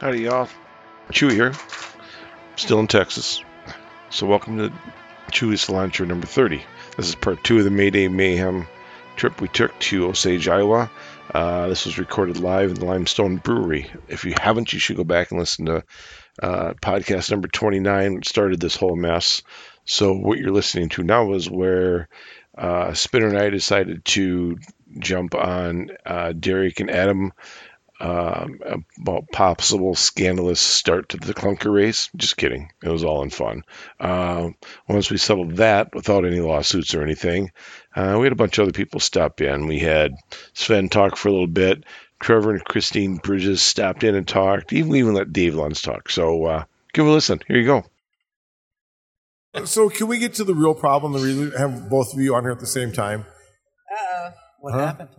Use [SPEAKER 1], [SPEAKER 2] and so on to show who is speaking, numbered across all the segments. [SPEAKER 1] Howdy, y'all. Chewy here, still in Texas. So, welcome to Chewy's Cilantro number 30. This is part two of the Mayday Mayhem trip we took to Osage, Iowa. Uh, this was recorded live in the Limestone Brewery. If you haven't, you should go back and listen to uh, podcast number 29, which started this whole mess. So, what you're listening to now is where uh, Spinner and I decided to jump on uh, Derek and Adam um, about possible scandalous start to the clunker race. Just kidding. It was all in fun. Uh, once we settled that without any lawsuits or anything, uh, we had a bunch of other people stop in. We had Sven talk for a little bit. Trevor and Christine Bridges stopped in and talked. Even we even let Dave Lunds talk. So uh, give a listen. Here you go.
[SPEAKER 2] So can we get to the real problem? The reason we have both of you on here at the same time.
[SPEAKER 3] What
[SPEAKER 2] Huh?
[SPEAKER 3] happened?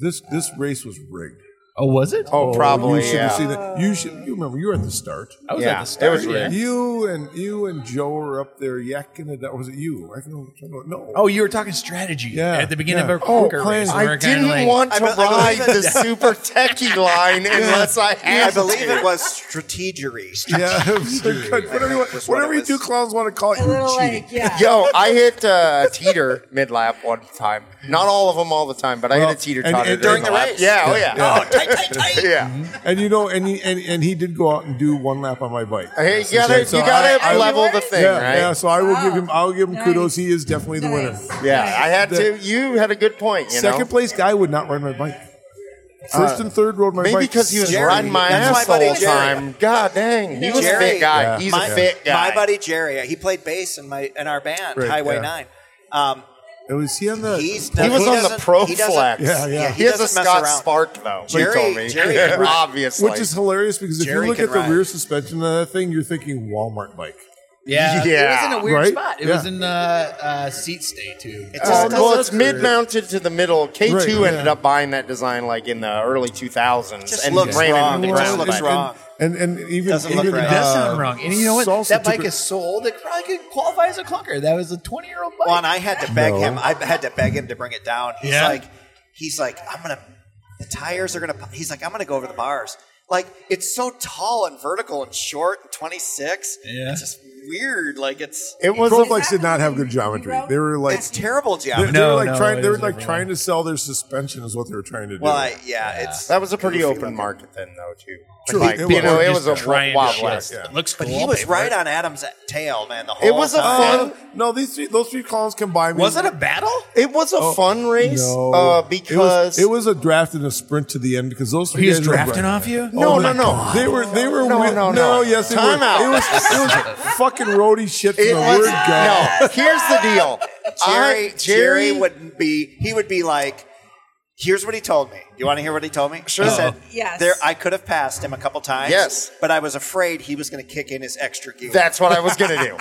[SPEAKER 2] This this race was rigged.
[SPEAKER 3] Oh, was it?
[SPEAKER 4] Oh, probably.
[SPEAKER 2] you should
[SPEAKER 4] yeah.
[SPEAKER 2] have seen it. You should. You remember you were at the start.
[SPEAKER 3] I was
[SPEAKER 4] Yeah,
[SPEAKER 3] at the
[SPEAKER 4] it
[SPEAKER 3] start.
[SPEAKER 4] was
[SPEAKER 3] yeah.
[SPEAKER 4] weird.
[SPEAKER 2] You and you and Joe were up there yakking it out. Was it you? I can no.
[SPEAKER 3] Oh, you were talking strategy
[SPEAKER 2] Yeah,
[SPEAKER 3] at the beginning
[SPEAKER 2] yeah.
[SPEAKER 3] of our
[SPEAKER 2] Oh,
[SPEAKER 3] poker
[SPEAKER 2] planning.
[SPEAKER 3] race. and we
[SPEAKER 4] I
[SPEAKER 3] were kinda
[SPEAKER 4] didn't
[SPEAKER 3] like,
[SPEAKER 4] want to
[SPEAKER 5] I be- I
[SPEAKER 4] ride the
[SPEAKER 5] believe
[SPEAKER 4] super techie line unless I had
[SPEAKER 5] I
[SPEAKER 4] to.
[SPEAKER 5] believe it was strategery.
[SPEAKER 2] yeah. whatever you, want-
[SPEAKER 5] was what
[SPEAKER 2] whatever
[SPEAKER 5] it
[SPEAKER 2] you
[SPEAKER 5] was.
[SPEAKER 2] two clowns want to call
[SPEAKER 6] A
[SPEAKER 2] it, you're
[SPEAKER 6] little
[SPEAKER 2] cheating.
[SPEAKER 6] like, yeah.
[SPEAKER 4] Yo, I hit uh, a teeter mid lap one time. Not all of them all the time, but I
[SPEAKER 2] Well,
[SPEAKER 4] hit a teeter
[SPEAKER 2] and-
[SPEAKER 4] totter
[SPEAKER 2] and-
[SPEAKER 4] during
[SPEAKER 2] and-
[SPEAKER 4] the race. Yeah, oh yeah.
[SPEAKER 3] Oh, tight, tight, tight.
[SPEAKER 4] Yeah.
[SPEAKER 2] Mm-hmm. And you know, and he, and, and he did go out and do one lap on my bike.
[SPEAKER 4] Hey, you gotta,
[SPEAKER 2] So
[SPEAKER 4] you gotta
[SPEAKER 2] I- I-
[SPEAKER 4] level the thing,
[SPEAKER 2] yeah,
[SPEAKER 4] right?
[SPEAKER 2] yeah. So I will
[SPEAKER 6] Wow.
[SPEAKER 2] give him. I'll give him
[SPEAKER 6] Oh. Nice.
[SPEAKER 2] kudos. He is definitely the winner.
[SPEAKER 6] Nice.
[SPEAKER 4] yeah, I had to.
[SPEAKER 2] The-
[SPEAKER 4] You had a good point. You
[SPEAKER 2] Second
[SPEAKER 4] know? Uh,
[SPEAKER 2] place guy would not ride my bike. First and third rode my
[SPEAKER 4] Maybe
[SPEAKER 2] bike.
[SPEAKER 4] because he was
[SPEAKER 2] Second-
[SPEAKER 4] riding my
[SPEAKER 5] That's my
[SPEAKER 4] ass the
[SPEAKER 5] buddy
[SPEAKER 4] whole
[SPEAKER 5] Jerry.
[SPEAKER 4] time. God dang, he was a
[SPEAKER 5] Jerry.
[SPEAKER 4] fit guy.
[SPEAKER 2] Yeah.
[SPEAKER 4] He's
[SPEAKER 5] my,
[SPEAKER 4] a fit guy.
[SPEAKER 5] My buddy Jerry, he played bass in my in our band,
[SPEAKER 2] Right,
[SPEAKER 5] Highway
[SPEAKER 2] yeah.
[SPEAKER 5] Nine. Um,
[SPEAKER 2] It was he on the.
[SPEAKER 5] he's
[SPEAKER 4] he was on the
[SPEAKER 5] doesn't-
[SPEAKER 4] pro
[SPEAKER 5] he doesn't-
[SPEAKER 4] flex.
[SPEAKER 2] Yeah, yeah.
[SPEAKER 5] he
[SPEAKER 4] He has a
[SPEAKER 5] doesn't mess
[SPEAKER 4] Scott
[SPEAKER 5] around.
[SPEAKER 4] Spark though. he
[SPEAKER 5] Jerry-
[SPEAKER 4] told me.
[SPEAKER 5] Jerry can ride.
[SPEAKER 4] obviously.
[SPEAKER 2] which is hilarious because if
[SPEAKER 5] Jerry
[SPEAKER 2] you look
[SPEAKER 5] can
[SPEAKER 2] at the
[SPEAKER 5] ride.
[SPEAKER 2] rear suspension of that thing, you're thinking Walmart bike.
[SPEAKER 3] Yeah,
[SPEAKER 4] Yeah.
[SPEAKER 3] It was
[SPEAKER 4] Oh,
[SPEAKER 3] in a weird
[SPEAKER 2] Right?
[SPEAKER 3] spot. It
[SPEAKER 2] Yeah.
[SPEAKER 3] was in uh, uh, seat stay too.
[SPEAKER 5] It's
[SPEAKER 4] Well,
[SPEAKER 5] just
[SPEAKER 4] no,
[SPEAKER 5] doesn't-
[SPEAKER 4] it's mid-mounted to the middle. K2
[SPEAKER 2] Right, yeah.
[SPEAKER 4] ended up buying that design like in the early 2000s
[SPEAKER 5] Just
[SPEAKER 4] and
[SPEAKER 5] looks
[SPEAKER 4] ran it
[SPEAKER 5] wrong.
[SPEAKER 4] into the
[SPEAKER 5] It just
[SPEAKER 4] ground.
[SPEAKER 5] looks
[SPEAKER 4] but-
[SPEAKER 5] wrong.
[SPEAKER 2] And and, and even
[SPEAKER 5] Doesn't look
[SPEAKER 2] even,
[SPEAKER 5] right.
[SPEAKER 3] It does sound wrong. And you know what?
[SPEAKER 2] Salsa
[SPEAKER 3] that bike
[SPEAKER 2] took it-
[SPEAKER 3] is so old it probably could qualify as a clunker. That was a twenty-year-old bike.
[SPEAKER 5] Well, and I had to beg
[SPEAKER 2] No.
[SPEAKER 5] him. I had to beg him to bring it down. He's
[SPEAKER 3] Yeah.
[SPEAKER 5] like, he's like, I'm gonna. The tires are gonna. pop." He's like, I'm gonna go over the bars. Like it's so tall and vertical and short and 26.
[SPEAKER 3] Yeah.
[SPEAKER 5] It's just weird. Like it's
[SPEAKER 4] It was
[SPEAKER 2] Pro
[SPEAKER 4] a,
[SPEAKER 2] bikes did not have good geometry. They were like
[SPEAKER 5] it's terrible
[SPEAKER 2] they,
[SPEAKER 5] geometry.
[SPEAKER 2] they were
[SPEAKER 3] No,
[SPEAKER 2] like
[SPEAKER 3] no,
[SPEAKER 2] trying
[SPEAKER 3] it
[SPEAKER 2] they were
[SPEAKER 3] is
[SPEAKER 2] like
[SPEAKER 3] everyone.
[SPEAKER 2] trying to sell their suspension is what they were trying to do.
[SPEAKER 5] Well, I, yeah, it's
[SPEAKER 4] that was a pretty
[SPEAKER 5] goofy
[SPEAKER 4] open
[SPEAKER 5] looking.
[SPEAKER 4] market then though too.
[SPEAKER 2] True,
[SPEAKER 4] Like,
[SPEAKER 2] it
[SPEAKER 4] you know,
[SPEAKER 2] was.
[SPEAKER 4] it
[SPEAKER 2] Just
[SPEAKER 4] was a
[SPEAKER 3] trying
[SPEAKER 4] wild
[SPEAKER 3] to
[SPEAKER 4] wild
[SPEAKER 3] shit.
[SPEAKER 4] west.
[SPEAKER 2] yeah.
[SPEAKER 3] Looks cool.
[SPEAKER 5] But he was right on Adam's tail, man. The whole
[SPEAKER 4] It was a
[SPEAKER 5] time.
[SPEAKER 4] fun.
[SPEAKER 2] no, these three, those three clowns combined.
[SPEAKER 3] Was it a battle?
[SPEAKER 4] It was a fun race
[SPEAKER 2] Oh, No,
[SPEAKER 4] uh,
[SPEAKER 2] it was,
[SPEAKER 4] because
[SPEAKER 2] it was a draft and a sprint to the end because those three
[SPEAKER 3] He was
[SPEAKER 2] guys were
[SPEAKER 3] drafting
[SPEAKER 2] right.
[SPEAKER 3] off you.
[SPEAKER 4] No,
[SPEAKER 2] Oh
[SPEAKER 4] no,
[SPEAKER 2] my
[SPEAKER 4] no.
[SPEAKER 2] God. They were, they were,
[SPEAKER 4] No,
[SPEAKER 2] with-
[SPEAKER 4] no, no.
[SPEAKER 2] no, yes, they
[SPEAKER 4] Time
[SPEAKER 2] were.
[SPEAKER 4] out.
[SPEAKER 2] It was, it was fucking roadie shit from
[SPEAKER 4] It
[SPEAKER 2] the
[SPEAKER 4] was
[SPEAKER 2] word go.
[SPEAKER 4] no. Here's the deal.
[SPEAKER 5] Jerry,
[SPEAKER 4] I,
[SPEAKER 5] Jerry would be. He would be like, "Here's what he told me. You want to hear what he told me?" Sure. He said,
[SPEAKER 6] Yes.
[SPEAKER 5] There, I could have passed him a couple times.
[SPEAKER 4] Yes.
[SPEAKER 5] But I was afraid he was going to kick in his extra gear.
[SPEAKER 4] That's what I was gonna do.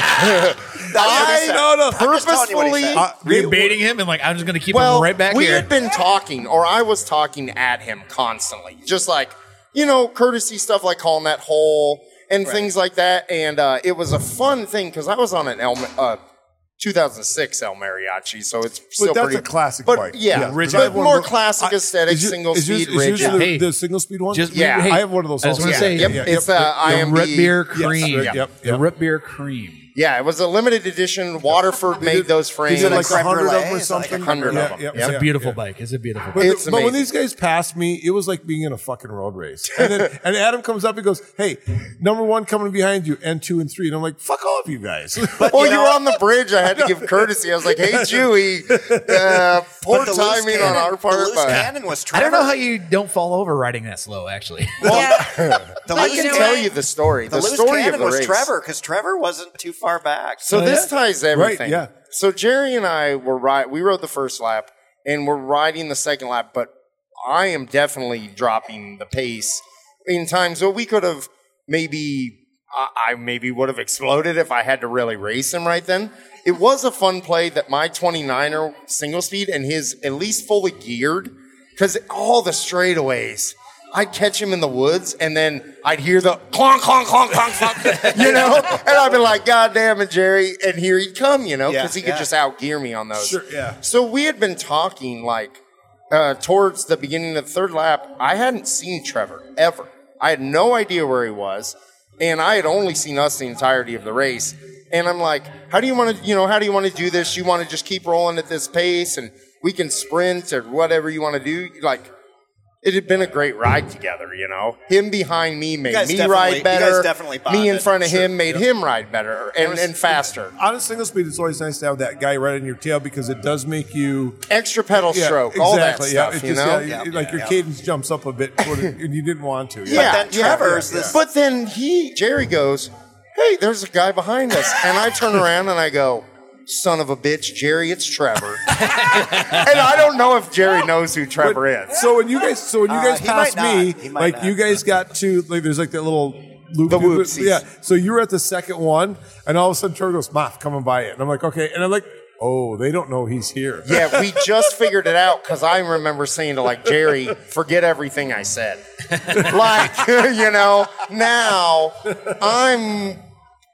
[SPEAKER 5] That's what he
[SPEAKER 4] I
[SPEAKER 5] said.
[SPEAKER 2] no, no.
[SPEAKER 5] I'm just telling you what he
[SPEAKER 4] purposefully-
[SPEAKER 5] said.
[SPEAKER 2] Uh,
[SPEAKER 3] Were
[SPEAKER 2] they-
[SPEAKER 3] you baiting him and like I'm just gonna keep
[SPEAKER 4] well,
[SPEAKER 3] him right back
[SPEAKER 4] we
[SPEAKER 3] here.
[SPEAKER 4] had been talking, or I was talking at him constantly, just like you know, courtesy stuff like calling that hole and things like that. And uh, it was a fun thing because I was on an El, uh, 2006 El Mariachi, so it's still
[SPEAKER 2] but that's
[SPEAKER 4] pretty
[SPEAKER 2] a classic
[SPEAKER 4] but,
[SPEAKER 2] bike.
[SPEAKER 4] Yeah,
[SPEAKER 3] Ridge-
[SPEAKER 4] but
[SPEAKER 3] I've
[SPEAKER 2] one
[SPEAKER 4] more
[SPEAKER 2] of those-
[SPEAKER 4] classic
[SPEAKER 2] I-
[SPEAKER 4] aesthetic,
[SPEAKER 2] is your-
[SPEAKER 4] single
[SPEAKER 2] is your-
[SPEAKER 4] speed
[SPEAKER 2] is yours
[SPEAKER 4] ridge.
[SPEAKER 3] your-
[SPEAKER 2] the,
[SPEAKER 3] Hey.
[SPEAKER 2] the single speed one.
[SPEAKER 3] Just
[SPEAKER 4] Yeah.
[SPEAKER 2] I have one of those.
[SPEAKER 3] I just
[SPEAKER 2] also.
[SPEAKER 3] wanna say,
[SPEAKER 2] yeah,
[SPEAKER 4] Yep,
[SPEAKER 2] yeah,
[SPEAKER 4] it's
[SPEAKER 2] yep,
[SPEAKER 4] uh,
[SPEAKER 2] yep,
[SPEAKER 4] IMD.
[SPEAKER 3] the root beer
[SPEAKER 2] Yes,
[SPEAKER 3] cream.
[SPEAKER 2] yep, yep.
[SPEAKER 3] The root beer cream.
[SPEAKER 4] Yeah, it was a limited edition. Waterford made those
[SPEAKER 2] They
[SPEAKER 4] frames.
[SPEAKER 2] did like
[SPEAKER 5] Creme
[SPEAKER 2] a hundred of
[SPEAKER 5] brulee
[SPEAKER 2] them or
[SPEAKER 5] is like a
[SPEAKER 2] something.
[SPEAKER 4] hundred of
[SPEAKER 2] Yeah,
[SPEAKER 4] them.
[SPEAKER 2] yep,
[SPEAKER 4] It's a
[SPEAKER 3] It's
[SPEAKER 2] yeah.
[SPEAKER 3] a beautiful bike. It's a beautiful
[SPEAKER 2] But,
[SPEAKER 3] bike.
[SPEAKER 4] It's
[SPEAKER 2] but when
[SPEAKER 4] amazing.
[SPEAKER 2] these guys passed me, it was like being in a fucking road race. And then and Adam comes up and goes, "Hey, number one coming behind you, and two and three." And I'm like, "Fuck all of you guys."
[SPEAKER 4] well, you,
[SPEAKER 5] you know-
[SPEAKER 4] were Oh, on the bridge. I had to give courtesy. I was like, "Hey, Chewy, uh, poor
[SPEAKER 5] But the loose
[SPEAKER 4] timing on
[SPEAKER 5] cannon-
[SPEAKER 4] our part."
[SPEAKER 5] The loose
[SPEAKER 4] but-
[SPEAKER 5] cannon was.
[SPEAKER 3] I
[SPEAKER 5] Trevor.
[SPEAKER 3] don't know how you don't fall over riding that slow. Actually,
[SPEAKER 6] yeah.
[SPEAKER 5] The
[SPEAKER 4] I
[SPEAKER 5] loose
[SPEAKER 4] can
[SPEAKER 5] cannon-
[SPEAKER 4] tell you the story.
[SPEAKER 5] The
[SPEAKER 4] The,
[SPEAKER 5] loose
[SPEAKER 4] story of
[SPEAKER 5] cannon
[SPEAKER 4] the
[SPEAKER 5] was
[SPEAKER 4] race.
[SPEAKER 5] Trevor because Trevor wasn't too far back.
[SPEAKER 4] So this ties everything.
[SPEAKER 2] Oh, yeah.
[SPEAKER 4] So Jerry and I were right. We rode the first lap, and we're riding the second lap. But I am definitely dropping the pace in time. So we could have maybe. I I maybe would have exploded if I had to really race him right then. It was a fun play that my 29er single speed and his at least fully geared, because all the straightaways, I'd catch him in the woods and then I'd hear the clonk, clonk, clonk, clonk, clonk, you know? And I'd be like, God damn it, Jerry. And here he'd come, you know,
[SPEAKER 5] Yeah,
[SPEAKER 4] because he
[SPEAKER 5] yeah.
[SPEAKER 4] could just outgear me on those.
[SPEAKER 2] Sure, yeah.
[SPEAKER 4] So we had been talking like uh, towards the beginning of the third lap. I hadn't seen Trevor ever. I had no idea where he was, and I had only seen us the entirety of the race. And I'm like, how do you want to, you know, how do you want to do this? You want to just keep rolling at this pace, and we can sprint or whatever you want to do. Like, it had been a great ride together, you know. Him behind me made
[SPEAKER 5] guys
[SPEAKER 4] me
[SPEAKER 5] definitely-
[SPEAKER 4] ride
[SPEAKER 5] you
[SPEAKER 4] better.
[SPEAKER 5] guys definitely
[SPEAKER 4] me in
[SPEAKER 5] bonded,
[SPEAKER 4] front of
[SPEAKER 5] sure.
[SPEAKER 4] him made him ride better and, and faster.
[SPEAKER 2] On a single speed, it's always nice to have that guy right on your tail because it does make you
[SPEAKER 4] Extra pedal
[SPEAKER 2] yeah,
[SPEAKER 4] stroke,
[SPEAKER 2] exactly,
[SPEAKER 4] all that
[SPEAKER 2] yeah,
[SPEAKER 4] stuff,
[SPEAKER 2] it
[SPEAKER 4] you
[SPEAKER 2] just,
[SPEAKER 4] know.
[SPEAKER 2] yeah,
[SPEAKER 5] Yeah,
[SPEAKER 2] like your
[SPEAKER 5] yeah.
[SPEAKER 2] cadence jumps up a bit, sort of, and you didn't want to.
[SPEAKER 5] Yeah. then Trevor's this-
[SPEAKER 4] But then he, Jerry goes, hey, there's a guy behind us. And I turn around and I go, son of a bitch, Jerry, it's Trevor. and I don't know if Jerry knows who Trevor
[SPEAKER 2] But-
[SPEAKER 4] is.
[SPEAKER 2] So when you guys, so when you
[SPEAKER 5] Uh,
[SPEAKER 2] guys
[SPEAKER 5] he
[SPEAKER 2] passed
[SPEAKER 5] might
[SPEAKER 2] me,
[SPEAKER 5] not. He might
[SPEAKER 2] like
[SPEAKER 5] not.
[SPEAKER 2] you guys got to like there's like that little loop.
[SPEAKER 4] The
[SPEAKER 2] loop- loop-
[SPEAKER 4] whoopsies.
[SPEAKER 2] Yeah. So you were at the second one, and all of a sudden Trevor goes, "Moth, coming by it," and I'm like, "Okay," and I'm like, "Oh, they don't know he's here."
[SPEAKER 4] Yeah, we just figured it out because I remember saying to like Jerry, forget everything I said. like, you know, now I'm,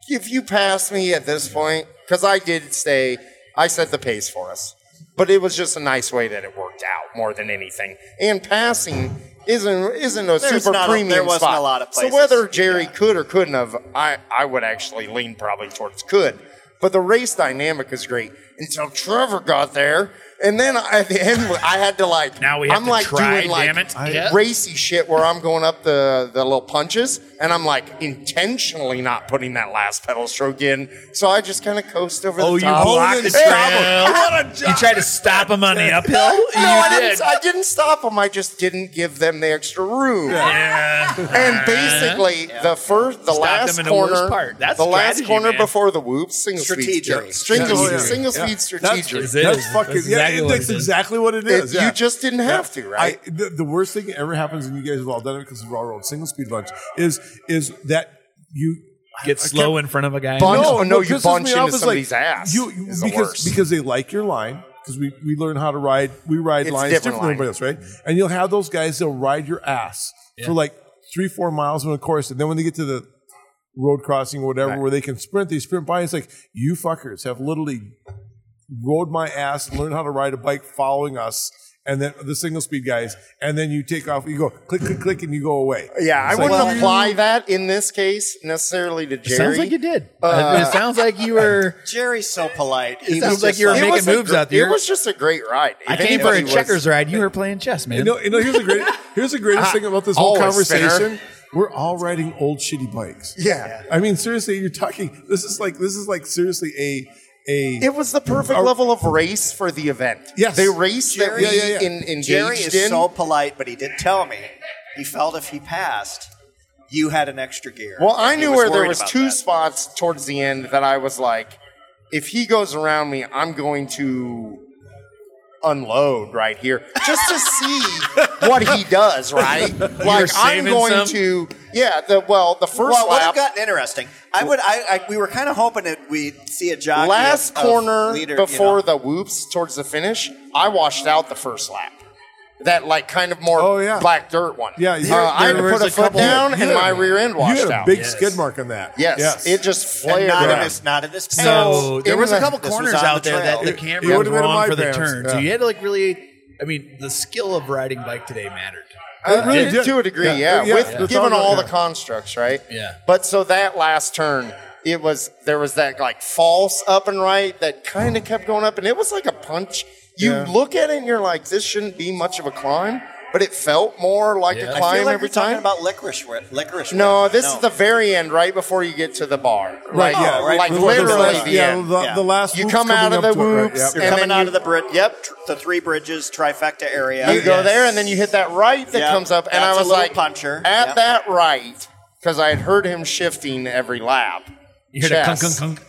[SPEAKER 4] if you pass me at this point, because I did say, I set the pace for us. But it was just a nice way that it worked out more than anything. And passing isn't isn't a super
[SPEAKER 5] not a-
[SPEAKER 4] premium
[SPEAKER 5] there wasn't
[SPEAKER 4] spot.
[SPEAKER 5] a lot of
[SPEAKER 4] So
[SPEAKER 5] places.
[SPEAKER 4] whether Jerry could or couldn't have, I, I would actually lean probably towards could. But the race dynamic is great until Trevor got there. And then I- at the end, I had to like.
[SPEAKER 6] Now we have
[SPEAKER 4] I'm
[SPEAKER 6] to
[SPEAKER 4] like
[SPEAKER 6] try,
[SPEAKER 4] doing like
[SPEAKER 6] damn it.
[SPEAKER 4] I-
[SPEAKER 6] Yeah.
[SPEAKER 4] racy shit where I'm going up the, the little punches and I'm like intentionally not putting that last pedal stroke in. So I just kind of coast over
[SPEAKER 6] Oh,
[SPEAKER 4] the
[SPEAKER 6] you
[SPEAKER 4] top.
[SPEAKER 6] blocked the
[SPEAKER 4] Hey,
[SPEAKER 6] trail. You tried to stop him on the uphill.
[SPEAKER 4] No,
[SPEAKER 6] You
[SPEAKER 4] I
[SPEAKER 6] did.
[SPEAKER 4] didn't, I didn't stop him. I just didn't give them the extra room.
[SPEAKER 6] Yeah. Uh-huh.
[SPEAKER 4] And basically, the first, the
[SPEAKER 6] Stopped
[SPEAKER 4] last
[SPEAKER 6] them in the
[SPEAKER 4] corner,
[SPEAKER 6] worst part. That's
[SPEAKER 4] the last
[SPEAKER 6] strategy,
[SPEAKER 4] corner
[SPEAKER 6] man.
[SPEAKER 4] before the whoop, single speed,
[SPEAKER 5] Strategic.
[SPEAKER 4] single,
[SPEAKER 2] Yeah.
[SPEAKER 4] single
[SPEAKER 2] Yeah.
[SPEAKER 4] speed
[SPEAKER 2] That's,
[SPEAKER 4] strategic.
[SPEAKER 6] it.
[SPEAKER 2] that's fucking.
[SPEAKER 6] That's
[SPEAKER 2] yeah,
[SPEAKER 6] exactly what
[SPEAKER 2] that's
[SPEAKER 6] it is.
[SPEAKER 2] exactly what it is.
[SPEAKER 4] It-
[SPEAKER 2] yeah.
[SPEAKER 4] You just didn't have to, right?
[SPEAKER 2] I, the, the worst thing that ever happens, and you guys have all done it because we've all rolled single speed bunch, is is that you
[SPEAKER 6] Get
[SPEAKER 2] I- I
[SPEAKER 6] slow
[SPEAKER 2] can't-
[SPEAKER 6] in front of a guy.
[SPEAKER 4] Bun-
[SPEAKER 6] No.
[SPEAKER 4] Oh, no,
[SPEAKER 2] what
[SPEAKER 4] you
[SPEAKER 2] pisses
[SPEAKER 4] bunch
[SPEAKER 2] me
[SPEAKER 4] into
[SPEAKER 2] off is,
[SPEAKER 4] somebody's ass
[SPEAKER 2] You, you-
[SPEAKER 4] is the
[SPEAKER 2] because
[SPEAKER 4] worst.
[SPEAKER 2] because they like your line because we we learn how to ride we ride
[SPEAKER 4] It's
[SPEAKER 2] lines
[SPEAKER 4] different
[SPEAKER 2] different than everybody else, right? And you'll have those guys they'll ride your ass for like three four miles on a course, and then when they get to the road crossing or whatever where they can sprint, they sprint by. And it's like you fuckers have literally rode my ass, learned how to ride a bike, following us. And then the single speed guys, and then you take off. You go click, click, click, and you go away.
[SPEAKER 4] yeah, I
[SPEAKER 2] It's like,
[SPEAKER 4] wouldn't
[SPEAKER 2] well,
[SPEAKER 4] apply that in this case necessarily to Jerry. Uh,
[SPEAKER 6] Sounds like you did. it sounds like you were.
[SPEAKER 5] Jerry's so polite.
[SPEAKER 6] It
[SPEAKER 5] He
[SPEAKER 6] sounds
[SPEAKER 5] was
[SPEAKER 6] like
[SPEAKER 5] just
[SPEAKER 6] you were making
[SPEAKER 4] was a
[SPEAKER 6] moves
[SPEAKER 4] gr-
[SPEAKER 6] out there.
[SPEAKER 4] It was just a great ride.
[SPEAKER 6] I
[SPEAKER 4] If
[SPEAKER 6] came for a
[SPEAKER 4] anybody was-
[SPEAKER 6] checkers ride. You were playing chess, man.
[SPEAKER 2] You know, you know, here's the great, here's the greatest thing about this
[SPEAKER 4] Always,
[SPEAKER 2] whole
[SPEAKER 4] Ah, oh, Spinner.
[SPEAKER 2] conversation. We're all riding old shitty bikes.
[SPEAKER 4] Yeah.
[SPEAKER 2] I mean, seriously, you're talking. This is like this is like seriously a a.
[SPEAKER 4] It was the perfect
[SPEAKER 2] Are-
[SPEAKER 4] level of race for the event.
[SPEAKER 2] Yes.
[SPEAKER 4] The race
[SPEAKER 5] Jerry-
[SPEAKER 4] that we
[SPEAKER 2] Yeah, yeah, yeah.
[SPEAKER 4] en- engaged
[SPEAKER 5] Jerry is
[SPEAKER 4] in.
[SPEAKER 5] so polite, but he did tell me he felt if he passed, you had an extra gear.
[SPEAKER 4] Well, I
[SPEAKER 5] And he
[SPEAKER 4] knew where there
[SPEAKER 5] worried
[SPEAKER 4] was
[SPEAKER 5] about
[SPEAKER 4] two
[SPEAKER 5] that.
[SPEAKER 4] spots towards the end that I was like, if he goes around me, I'm going to unload right here just to see what he does. Right? Like I'm
[SPEAKER 6] saving
[SPEAKER 4] going
[SPEAKER 6] some?
[SPEAKER 4] to yeah. The well, the first
[SPEAKER 5] Well, it would have
[SPEAKER 4] lap.
[SPEAKER 5] gotten interesting. I would. I, I we were kind of hoping that we'd see a jockey.
[SPEAKER 4] Last
[SPEAKER 5] of- of
[SPEAKER 4] corner
[SPEAKER 5] leader, you
[SPEAKER 4] before
[SPEAKER 5] know.
[SPEAKER 4] the whoops towards the finish, I washed out the first lap. That like kind of more
[SPEAKER 2] Oh, yeah.
[SPEAKER 4] black dirt one.
[SPEAKER 2] Yeah,
[SPEAKER 4] Uh,
[SPEAKER 2] there-
[SPEAKER 4] I had to
[SPEAKER 2] there
[SPEAKER 4] put
[SPEAKER 2] was
[SPEAKER 4] a,
[SPEAKER 2] a
[SPEAKER 4] foot
[SPEAKER 2] couple-
[SPEAKER 4] down
[SPEAKER 2] You
[SPEAKER 4] and
[SPEAKER 2] had-
[SPEAKER 4] my rear end
[SPEAKER 2] you
[SPEAKER 4] washed
[SPEAKER 2] had a
[SPEAKER 4] out.
[SPEAKER 2] big
[SPEAKER 6] Yes.
[SPEAKER 2] skid mark on that.
[SPEAKER 4] yes, it just
[SPEAKER 5] and
[SPEAKER 4] flared.
[SPEAKER 5] not
[SPEAKER 4] out.
[SPEAKER 5] in his not in his tail.
[SPEAKER 6] So
[SPEAKER 4] in
[SPEAKER 6] there was
[SPEAKER 4] the-
[SPEAKER 6] a couple
[SPEAKER 5] this was
[SPEAKER 6] corners
[SPEAKER 5] on the
[SPEAKER 6] out there
[SPEAKER 5] trail.
[SPEAKER 6] that the
[SPEAKER 5] It-
[SPEAKER 6] camera
[SPEAKER 2] it
[SPEAKER 6] was
[SPEAKER 2] would've been
[SPEAKER 6] wrong
[SPEAKER 2] my
[SPEAKER 6] for the
[SPEAKER 2] parents,
[SPEAKER 6] turn. So
[SPEAKER 2] yeah.
[SPEAKER 6] you had to like really. I mean, the skill of riding bike today mattered.
[SPEAKER 4] Uh,
[SPEAKER 2] really
[SPEAKER 4] to-
[SPEAKER 2] did.
[SPEAKER 4] To a degree,
[SPEAKER 2] Yeah.
[SPEAKER 4] yeah.
[SPEAKER 2] Yeah.
[SPEAKER 4] With
[SPEAKER 2] Yeah.
[SPEAKER 4] given
[SPEAKER 2] Without a-
[SPEAKER 4] all
[SPEAKER 2] yeah.
[SPEAKER 4] the constructs, right?
[SPEAKER 6] Yeah.
[SPEAKER 4] But so that last turn, it was there was that like false up and right that kind of kept going up, and it was like a punch. You
[SPEAKER 2] Yeah.
[SPEAKER 4] look at it and you're like, this shouldn't be much of a climb, but it felt more like a
[SPEAKER 6] Yeah. I feel
[SPEAKER 5] I
[SPEAKER 4] climb
[SPEAKER 5] feel like
[SPEAKER 4] every
[SPEAKER 5] we're talking
[SPEAKER 4] time.
[SPEAKER 5] about licorice. Whip, licorice.
[SPEAKER 4] no,
[SPEAKER 5] whip.
[SPEAKER 4] this is the very end, right before you get to the bar.
[SPEAKER 2] Right,
[SPEAKER 4] Like,
[SPEAKER 2] yeah,
[SPEAKER 5] right
[SPEAKER 4] like
[SPEAKER 5] before the
[SPEAKER 4] literally
[SPEAKER 5] last-
[SPEAKER 4] the
[SPEAKER 2] yeah,
[SPEAKER 4] end.
[SPEAKER 2] The,
[SPEAKER 5] yeah.
[SPEAKER 2] the last.
[SPEAKER 4] You
[SPEAKER 2] whoops
[SPEAKER 4] come out
[SPEAKER 2] coming
[SPEAKER 4] of the
[SPEAKER 2] up to it, right?
[SPEAKER 4] whoops,
[SPEAKER 2] Yep.
[SPEAKER 5] You're
[SPEAKER 4] and
[SPEAKER 5] coming
[SPEAKER 4] then
[SPEAKER 5] out
[SPEAKER 4] you-
[SPEAKER 5] of the bridge. Yep, tr- the three bridges trifecta area.
[SPEAKER 4] You go
[SPEAKER 6] Yes.
[SPEAKER 4] there, and then you hit that right that
[SPEAKER 5] Yeah.
[SPEAKER 4] comes up, and
[SPEAKER 5] That's
[SPEAKER 4] I
[SPEAKER 5] a
[SPEAKER 4] was
[SPEAKER 5] little
[SPEAKER 4] like,
[SPEAKER 5] puncher.
[SPEAKER 4] at
[SPEAKER 5] Yeah.
[SPEAKER 4] that right, because I had heard him shifting every lap.
[SPEAKER 6] You heard
[SPEAKER 4] chess,
[SPEAKER 6] a clunk, clunk, clunk.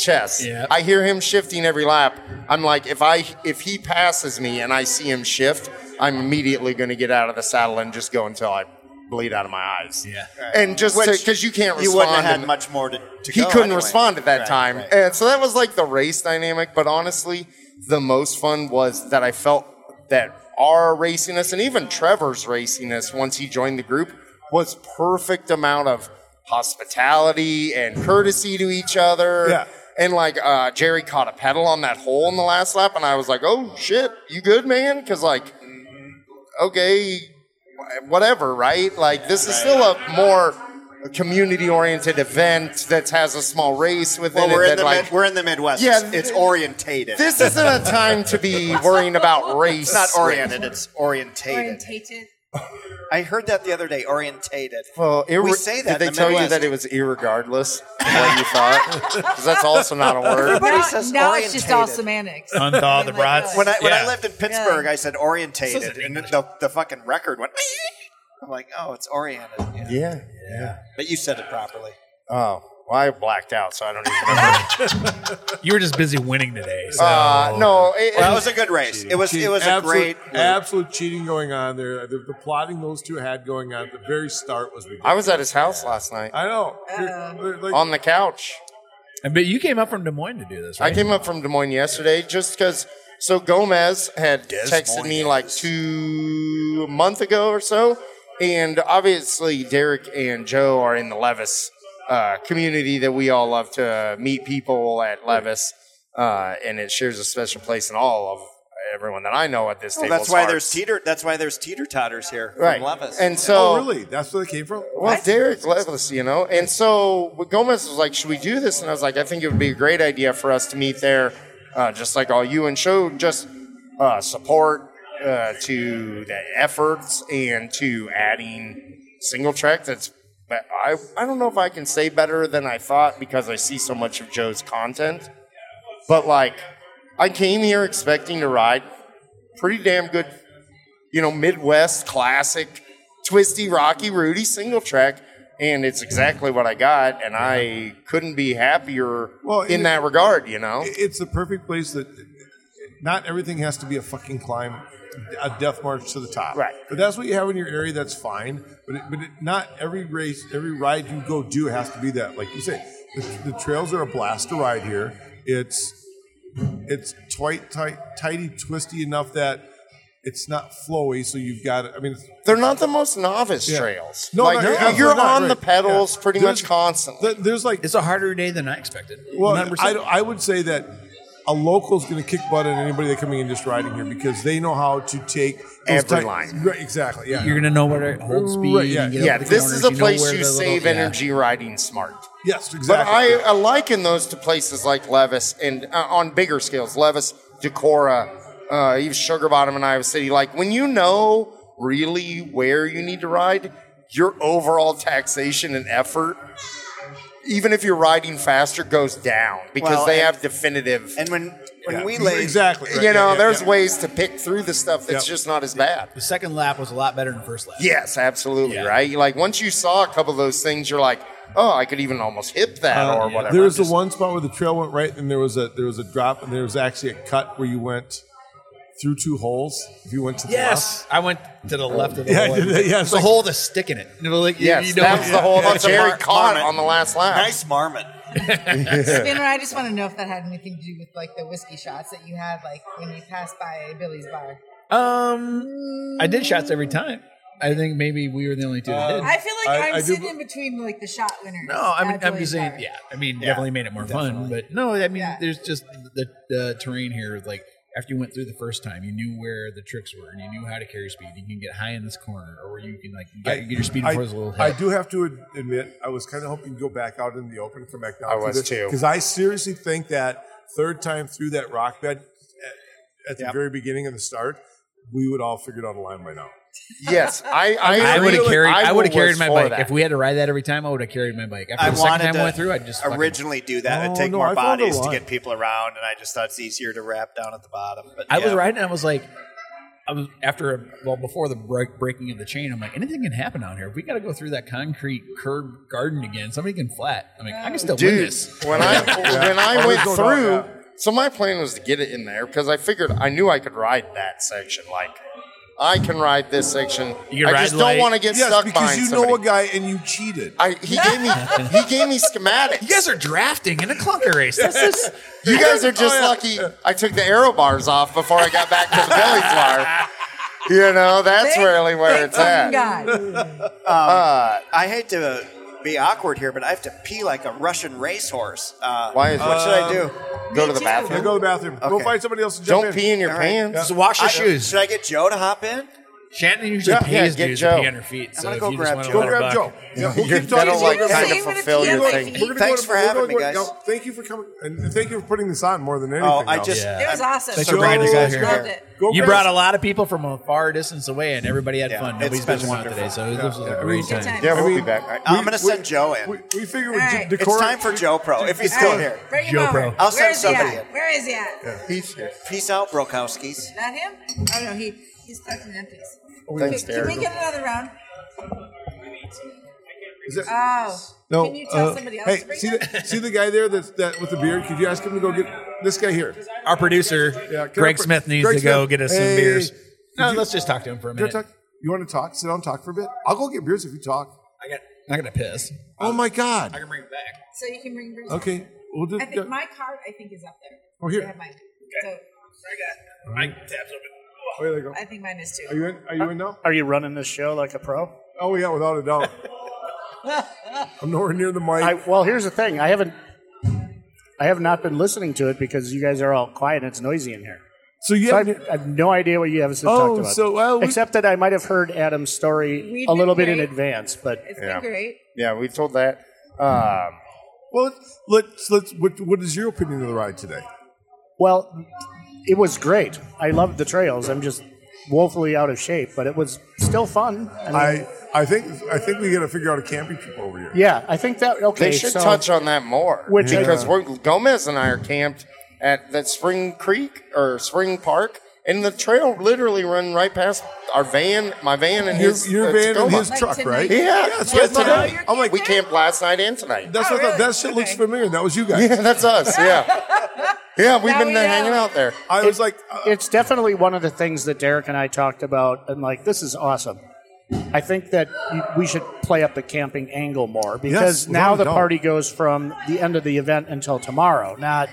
[SPEAKER 4] chess.
[SPEAKER 6] Yeah.
[SPEAKER 4] I hear him shifting every lap. I'm like, if I if he passes me and I see him shift, I'm immediately going to get out of the saddle and just go until I bleed out of my eyes.
[SPEAKER 6] Yeah.
[SPEAKER 4] and just
[SPEAKER 5] Which
[SPEAKER 4] because you can't respond,
[SPEAKER 5] You wouldn't have had
[SPEAKER 4] and-
[SPEAKER 5] much more to, to
[SPEAKER 4] he
[SPEAKER 5] go
[SPEAKER 4] couldn't
[SPEAKER 5] anyway.
[SPEAKER 4] respond at that
[SPEAKER 5] Right,
[SPEAKER 4] time.
[SPEAKER 5] right.
[SPEAKER 4] And so that was like the race dynamic. But honestly, the most fun was that I felt that our raciness and even Trevor's raciness once he joined the group was perfect amount of hospitality and courtesy to each other.
[SPEAKER 2] Yeah.
[SPEAKER 4] And like uh, Jerry caught a pedal on that hole in the last lap, and I was like, "Oh shit, you good, man?" Because like, okay, whatever, right? Like this is still a more community oriented event that has a small race within
[SPEAKER 5] Well,
[SPEAKER 4] it.
[SPEAKER 5] we're in
[SPEAKER 4] that,
[SPEAKER 5] the
[SPEAKER 4] like,
[SPEAKER 5] mid, we're in the Midwest.
[SPEAKER 4] Yeah,
[SPEAKER 5] it's, it's orientated.
[SPEAKER 4] this isn't a time to be worrying about race.
[SPEAKER 5] it's not oriented. It's orientated.
[SPEAKER 7] Orientated.
[SPEAKER 5] I heard that the other day. Orientated.
[SPEAKER 4] Well, irre-
[SPEAKER 5] we say that.
[SPEAKER 4] Did they
[SPEAKER 5] in the
[SPEAKER 4] tell you
[SPEAKER 5] Midwest.
[SPEAKER 4] that it was irregardless what you thought? 'Cause that's also not a word.
[SPEAKER 5] But he
[SPEAKER 7] now
[SPEAKER 5] says
[SPEAKER 7] now it's just all
[SPEAKER 5] orientated. Oh
[SPEAKER 7] semantics.
[SPEAKER 6] Unthaw the brats.
[SPEAKER 5] When I when I
[SPEAKER 6] Yeah.
[SPEAKER 5] lived in Pittsburgh, I said
[SPEAKER 6] This
[SPEAKER 5] orientated,
[SPEAKER 6] isn't
[SPEAKER 5] and
[SPEAKER 6] English.
[SPEAKER 5] the, the fucking record went. I'm like, oh, it's oriented. Yeah.
[SPEAKER 4] Yeah.
[SPEAKER 5] But you said it properly.
[SPEAKER 4] Oh, well, I blacked out, so I don't even remember. Oh.
[SPEAKER 6] You were just busy winning today. So.
[SPEAKER 4] uh, no, it,
[SPEAKER 5] That was a good race. It was it was a great.
[SPEAKER 2] Absolute- absolute cheating going on there. The, the plotting those two had going on at the very start was ridiculous.
[SPEAKER 4] I was at his house last night
[SPEAKER 2] I know. You're- like-
[SPEAKER 4] on the couch.
[SPEAKER 6] And- But you came up from Des Moines to do this,
[SPEAKER 4] I
[SPEAKER 6] right?
[SPEAKER 4] came up from Des Moines yesterday just because. So Gomez had texted me like two a month ago or so, and obviously Derek and Joe are in the Levis uh, community that we all love to meet people at Levis, uh, and it shares a special place in all of everyone that I know at this
[SPEAKER 5] Well,
[SPEAKER 4] table.
[SPEAKER 5] that's why there's teeter. That's why there's teeter totters here
[SPEAKER 4] right,
[SPEAKER 5] from Levis.
[SPEAKER 4] and
[SPEAKER 2] oh,
[SPEAKER 4] so
[SPEAKER 2] really? That's where they came from?
[SPEAKER 4] well, Derek Levis, you know. And so Gomez was like, should we do this? And I was like, I think it would be a great idea for us to meet there, uh, just like all you, and show just uh, support uh, to the efforts and to adding single track that's. But I, I don't know if I can say better than I thought because I see so much of Joe's content. But like, I came here expecting to ride pretty damn good, you know, Midwest classic, twisty, rocky, Rudy single track, and it's exactly what I got, and I couldn't be happier
[SPEAKER 2] Well,
[SPEAKER 4] in
[SPEAKER 2] it-
[SPEAKER 4] that regard, you know.
[SPEAKER 2] It's the perfect place that not everything has to be a fucking climb, a death march to the top.
[SPEAKER 4] Right.
[SPEAKER 2] But that's what you have in your area. That's fine. But it, but it, not every race, every ride you go do has to be that. Like you say, the, the trails are a blast to ride here. It's it's tight, tight, tidy, twisty enough that it's not flowy. So you've got. I mean,
[SPEAKER 4] They're not the most novice
[SPEAKER 2] Yeah.
[SPEAKER 4] trails.
[SPEAKER 2] No,
[SPEAKER 4] like,
[SPEAKER 2] no,
[SPEAKER 4] you're,
[SPEAKER 2] yeah,
[SPEAKER 4] you're
[SPEAKER 2] they're
[SPEAKER 4] on
[SPEAKER 2] not,
[SPEAKER 4] the
[SPEAKER 2] right.
[SPEAKER 4] pedals
[SPEAKER 2] Yeah.
[SPEAKER 4] pretty
[SPEAKER 2] There's-
[SPEAKER 4] much constantly.
[SPEAKER 2] th- there's like
[SPEAKER 6] It's a harder day than I expected.
[SPEAKER 2] Well,
[SPEAKER 6] 100%.
[SPEAKER 2] I, I would say that a local is going to kick butt at anybody that coming in just riding here because they know how to take those
[SPEAKER 4] Every
[SPEAKER 2] tight-
[SPEAKER 4] line.
[SPEAKER 2] Right, exactly. Yeah.
[SPEAKER 6] You're gonna know where to hold speed.
[SPEAKER 2] Right, yeah.
[SPEAKER 6] and get
[SPEAKER 4] yeah,
[SPEAKER 6] over the
[SPEAKER 4] this
[SPEAKER 6] counters.
[SPEAKER 4] is a
[SPEAKER 6] know
[SPEAKER 4] place
[SPEAKER 6] where
[SPEAKER 4] you
[SPEAKER 6] the little-
[SPEAKER 4] save
[SPEAKER 6] yeah.
[SPEAKER 4] energy riding smart.
[SPEAKER 2] yes, exactly.
[SPEAKER 4] But I, I liken those to places like Levis and uh, on bigger scales, Levis, Decorah, uh, even Sugar Bottom and Iowa City. Like when you know really where you need to ride, your overall taxation and effort, even if you're riding faster, goes down because
[SPEAKER 5] Well,
[SPEAKER 4] they
[SPEAKER 5] and-
[SPEAKER 4] have definitive.
[SPEAKER 5] And when when
[SPEAKER 2] Yeah.
[SPEAKER 5] we laid
[SPEAKER 2] Mm, exactly. right,
[SPEAKER 4] you know,
[SPEAKER 2] yeah, yeah,
[SPEAKER 4] Oh, there's
[SPEAKER 2] yeah.
[SPEAKER 4] ways to pick through the stuff that's
[SPEAKER 2] Yep.
[SPEAKER 4] just not as bad.
[SPEAKER 6] The second lap was a lot better than the first lap.
[SPEAKER 4] Yes, absolutely.
[SPEAKER 6] Yeah.
[SPEAKER 4] Right? Like once you saw a couple of those things, you're like, oh, I could even almost hip that
[SPEAKER 2] Uh,
[SPEAKER 4] or whatever.
[SPEAKER 2] There was
[SPEAKER 4] Just-
[SPEAKER 2] the one spot where the trail went right, and there was a there was a drop, and there was actually a cut where you went through two holes. If you went to the
[SPEAKER 6] Yes, I went to the left of the
[SPEAKER 2] Yeah,
[SPEAKER 6] hole.
[SPEAKER 2] yeah, yeah, it's
[SPEAKER 6] the
[SPEAKER 2] like-
[SPEAKER 6] hole that's sticking it. You know, like, you-
[SPEAKER 4] Yes,
[SPEAKER 6] you know-
[SPEAKER 4] that was the whole that
[SPEAKER 5] That's a
[SPEAKER 4] Jerry
[SPEAKER 5] mar-
[SPEAKER 4] caught
[SPEAKER 5] marmot.
[SPEAKER 4] on the last lap.
[SPEAKER 5] nice marmot.
[SPEAKER 7] Spinner, I just want to know if that had anything to do with like the whiskey shots that you had like when you passed by Billy's bar.
[SPEAKER 6] Um, I did shots every time. I think maybe we were the only two that did.
[SPEAKER 7] I feel like
[SPEAKER 2] Uh, I-
[SPEAKER 7] I, am
[SPEAKER 2] I do
[SPEAKER 7] sitting
[SPEAKER 2] be-
[SPEAKER 7] in between like the shot winners.
[SPEAKER 6] no, I mean,
[SPEAKER 7] at
[SPEAKER 6] I'm
[SPEAKER 7] Billy's
[SPEAKER 6] just saying.
[SPEAKER 7] bar.
[SPEAKER 6] Yeah, I mean, definitely made it more fun. But no, I mean,
[SPEAKER 7] Yeah.
[SPEAKER 6] there's just the, the terrain here. Like after you went through the first time, you knew where the tricks were, and you knew how to carry speed. You can get high in this corner, or you can like get, get your speed
[SPEAKER 2] I,
[SPEAKER 6] before it's a little.
[SPEAKER 2] I
[SPEAKER 6] hit.
[SPEAKER 2] do have to ad- admit, I was kind of hoping to go back out in the open and come back down.
[SPEAKER 4] I was too.
[SPEAKER 2] Because I seriously think that third time through that rock bed at, at the very beginning of the start, we would all figure it out a line by now.
[SPEAKER 4] Yes, I, I,
[SPEAKER 6] I would have
[SPEAKER 4] really-
[SPEAKER 6] carried. I would have
[SPEAKER 4] was
[SPEAKER 6] carried my
[SPEAKER 4] for
[SPEAKER 6] bike
[SPEAKER 4] that.
[SPEAKER 6] if we had to ride that every time. I would have carried my bike. After
[SPEAKER 5] I
[SPEAKER 6] the second
[SPEAKER 5] wanted
[SPEAKER 6] time
[SPEAKER 5] to
[SPEAKER 6] I went through, I just fucking-
[SPEAKER 5] originally do that.
[SPEAKER 2] No,
[SPEAKER 5] It'd take
[SPEAKER 2] no,
[SPEAKER 5] more
[SPEAKER 2] I found a
[SPEAKER 5] bodies to
[SPEAKER 2] lot.
[SPEAKER 5] get people around, and I just thought it's easier to wrap down at the bottom. But
[SPEAKER 6] I was
[SPEAKER 5] yeah.
[SPEAKER 6] riding. I was like, I was after a, well before the break, breaking of the chain. I'm like, anything can happen out here. If we got to go through that concrete curb garden again, somebody can flat. I'm like, I can still win
[SPEAKER 4] Dude,
[SPEAKER 6] this.
[SPEAKER 4] when I when I
[SPEAKER 2] What was
[SPEAKER 4] went
[SPEAKER 2] going on?
[SPEAKER 4] through,
[SPEAKER 2] Yeah.
[SPEAKER 4] so my plan was to get it in there because I figured I knew I could ride that section. Like I can ride this section.
[SPEAKER 6] You can
[SPEAKER 4] I
[SPEAKER 6] ride
[SPEAKER 4] just
[SPEAKER 6] light.
[SPEAKER 4] don't want to get
[SPEAKER 2] Yes,
[SPEAKER 4] stuck
[SPEAKER 2] because
[SPEAKER 4] behind
[SPEAKER 2] you
[SPEAKER 4] somebody.
[SPEAKER 2] know a guy and you cheated.
[SPEAKER 4] I, he gave me he gave me schematics.
[SPEAKER 6] You guys are drafting in a clunker race. This is
[SPEAKER 4] You guys are just
[SPEAKER 2] Oh, yeah.
[SPEAKER 4] lucky I took the arrow bars off before I got back to the Billy's bar. You know, that's
[SPEAKER 7] Thank-
[SPEAKER 4] really
[SPEAKER 7] thank
[SPEAKER 4] where it's
[SPEAKER 7] fucking
[SPEAKER 4] at. Uh.
[SPEAKER 7] God.
[SPEAKER 5] Um, I hate to be awkward here, but I have to pee like a Russian racehorse. Uh,
[SPEAKER 4] Why is
[SPEAKER 5] what
[SPEAKER 4] it- Uh,
[SPEAKER 5] should I do?
[SPEAKER 4] Go to the
[SPEAKER 7] too.
[SPEAKER 2] Now
[SPEAKER 4] bathroom.
[SPEAKER 2] go to the bathroom. Go
[SPEAKER 5] Okay.
[SPEAKER 2] find somebody else to jump
[SPEAKER 4] Don't
[SPEAKER 2] in.
[SPEAKER 4] pee in your
[SPEAKER 5] All right.
[SPEAKER 4] pants.
[SPEAKER 6] wash
[SPEAKER 5] I- Should I get Joe to hop in?
[SPEAKER 6] Shannon usually
[SPEAKER 4] Yeah, yeah,
[SPEAKER 6] pays
[SPEAKER 4] get
[SPEAKER 6] dudes
[SPEAKER 4] Joe.
[SPEAKER 6] to pee on their feet. so
[SPEAKER 5] gonna
[SPEAKER 6] if
[SPEAKER 5] go
[SPEAKER 6] you
[SPEAKER 5] grab
[SPEAKER 6] just
[SPEAKER 5] Joe.
[SPEAKER 2] Go
[SPEAKER 6] wanna
[SPEAKER 2] grab
[SPEAKER 6] walk
[SPEAKER 2] Joe.
[SPEAKER 6] back-
[SPEAKER 2] Yeah, we'll keep
[SPEAKER 4] I
[SPEAKER 2] talking.
[SPEAKER 4] don't like
[SPEAKER 7] You're
[SPEAKER 4] kind of
[SPEAKER 7] saving it
[SPEAKER 4] fulfill your
[SPEAKER 7] together.
[SPEAKER 4] thing.
[SPEAKER 2] We're gonna
[SPEAKER 5] Thanks
[SPEAKER 2] go to-
[SPEAKER 5] for
[SPEAKER 2] we're gonna
[SPEAKER 5] having
[SPEAKER 2] go-
[SPEAKER 5] me, guys.
[SPEAKER 2] no, thank you for coming, and thank you for putting this on more than anything.
[SPEAKER 5] Oh, I
[SPEAKER 2] else.
[SPEAKER 5] just
[SPEAKER 6] Yeah.
[SPEAKER 7] It was awesome.
[SPEAKER 6] Thanks for bringing you guys here.
[SPEAKER 7] Loved it.
[SPEAKER 2] Go
[SPEAKER 6] You
[SPEAKER 2] grab-
[SPEAKER 6] brought a lot of people from a far distance away, and everybody had
[SPEAKER 5] Yeah,
[SPEAKER 6] fun.
[SPEAKER 5] it's
[SPEAKER 6] Nobody's
[SPEAKER 5] been
[SPEAKER 6] bitching out today, so this was a great
[SPEAKER 7] Good
[SPEAKER 6] time.
[SPEAKER 7] time.
[SPEAKER 4] Yeah, we'll
[SPEAKER 2] mean,
[SPEAKER 4] be back. I-
[SPEAKER 5] I'm gonna send Joe in.
[SPEAKER 2] We, we figure
[SPEAKER 7] All
[SPEAKER 2] with
[SPEAKER 7] right.
[SPEAKER 2] decorum.
[SPEAKER 5] it's time for Joe Pro if he's still
[SPEAKER 7] All right,
[SPEAKER 5] here.
[SPEAKER 7] Bring him
[SPEAKER 6] Joe
[SPEAKER 7] over.
[SPEAKER 6] Pro.
[SPEAKER 5] I'll send
[SPEAKER 7] Where's he
[SPEAKER 5] somebody
[SPEAKER 7] at?
[SPEAKER 5] in.
[SPEAKER 7] Where is he at?
[SPEAKER 4] He's here.
[SPEAKER 5] Peace out, Brokowski's.
[SPEAKER 7] Not him? Oh no, he he's fucking empties.
[SPEAKER 4] Thanks,
[SPEAKER 7] can, can we
[SPEAKER 4] Derek.
[SPEAKER 7] get another round?
[SPEAKER 2] Is it-
[SPEAKER 7] Oh.
[SPEAKER 2] no,
[SPEAKER 7] Can you tell
[SPEAKER 2] uh,
[SPEAKER 7] somebody else
[SPEAKER 2] hey,
[SPEAKER 7] to bring
[SPEAKER 2] see
[SPEAKER 7] him?
[SPEAKER 2] the see the guy there that's that with the beard? Could you ask him to go get this guy here?
[SPEAKER 6] Our producer,
[SPEAKER 2] Yeah, can
[SPEAKER 6] Greg
[SPEAKER 2] I-
[SPEAKER 6] Smith, needs
[SPEAKER 2] Greg
[SPEAKER 6] to go
[SPEAKER 2] Smith.
[SPEAKER 6] get us some
[SPEAKER 2] Hey.
[SPEAKER 6] beers. No,
[SPEAKER 2] you-
[SPEAKER 6] let's just talk to him for a
[SPEAKER 2] You
[SPEAKER 6] minute.
[SPEAKER 2] want, to talk? you want to talk? Sit down, and talk for a bit. I'll go get beers if you talk.
[SPEAKER 6] I got, I'm going to piss.
[SPEAKER 2] Oh my God.
[SPEAKER 6] can bring it back.
[SPEAKER 7] So you can bring Bruce.
[SPEAKER 2] Okay. We'll do,
[SPEAKER 7] I think my card I think is up there.
[SPEAKER 2] Oh, here.
[SPEAKER 7] I have mine. So
[SPEAKER 6] I got my tabs open.
[SPEAKER 2] oh, there they go.
[SPEAKER 7] I think mine is
[SPEAKER 2] Are
[SPEAKER 7] too.
[SPEAKER 2] you in? Are you in now?
[SPEAKER 8] Are you running this show like a pro?
[SPEAKER 2] Oh yeah, without a doubt. I'm nowhere near the mic.
[SPEAKER 8] I, well, here's the thing. I haven't. I have not been listening to it because you guys are all quiet and it's noisy in here.
[SPEAKER 2] so you
[SPEAKER 8] So I
[SPEAKER 2] have,
[SPEAKER 8] have, I have no idea what you have
[SPEAKER 2] Oh,
[SPEAKER 8] talked about.
[SPEAKER 2] so, well, we-
[SPEAKER 8] except that I might have heard Adam's story
[SPEAKER 7] We've
[SPEAKER 8] a little
[SPEAKER 7] been
[SPEAKER 8] bit in
[SPEAKER 7] great.
[SPEAKER 8] advance, but
[SPEAKER 7] It's
[SPEAKER 4] Yeah.
[SPEAKER 7] been great.
[SPEAKER 4] Yeah, we told that. Um,
[SPEAKER 2] well, let's let's. What, what is your opinion of the ride today?
[SPEAKER 8] well, it was great. I loved the trails. I'm just woefully out of shape, but it was still fun. I mean,
[SPEAKER 2] I I think I think we got to figure out a camping trip over here.
[SPEAKER 8] yeah, I think that Oh, okay.
[SPEAKER 4] they should
[SPEAKER 8] so-
[SPEAKER 4] touch on that more
[SPEAKER 8] Which I-
[SPEAKER 4] because we're, Gomez and I are camped at that Spring Creek or Spring Park, and the trail literally run right past our van, my van, and
[SPEAKER 2] Your,
[SPEAKER 4] his
[SPEAKER 2] your
[SPEAKER 4] uh,
[SPEAKER 2] van and
[SPEAKER 4] Tacoma.
[SPEAKER 2] his
[SPEAKER 7] Like
[SPEAKER 2] truck,
[SPEAKER 7] tonight?
[SPEAKER 2] right?
[SPEAKER 4] Yeah,
[SPEAKER 2] that's
[SPEAKER 4] yeah,
[SPEAKER 2] what I thought.
[SPEAKER 4] tonight.
[SPEAKER 2] I'm like,
[SPEAKER 4] we camped last night and tonight. Oh,
[SPEAKER 2] that's
[SPEAKER 8] Oh,
[SPEAKER 2] what I thought.
[SPEAKER 7] really?
[SPEAKER 2] That shit looks
[SPEAKER 7] Okay.
[SPEAKER 2] familiar. That was you guys.
[SPEAKER 4] yeah, that's us. Yeah, yeah, we've
[SPEAKER 7] Now
[SPEAKER 4] been
[SPEAKER 7] we
[SPEAKER 4] uh,
[SPEAKER 7] know.
[SPEAKER 4] hanging out there.
[SPEAKER 2] I was like, uh,
[SPEAKER 8] it's definitely one of the things that Derek and I talked about, and like, this is awesome. I think that you- we should play up the camping angle more because
[SPEAKER 2] Yes,
[SPEAKER 8] now
[SPEAKER 2] without a
[SPEAKER 8] the
[SPEAKER 2] doubt.
[SPEAKER 8] party goes from the end of the event until tomorrow, not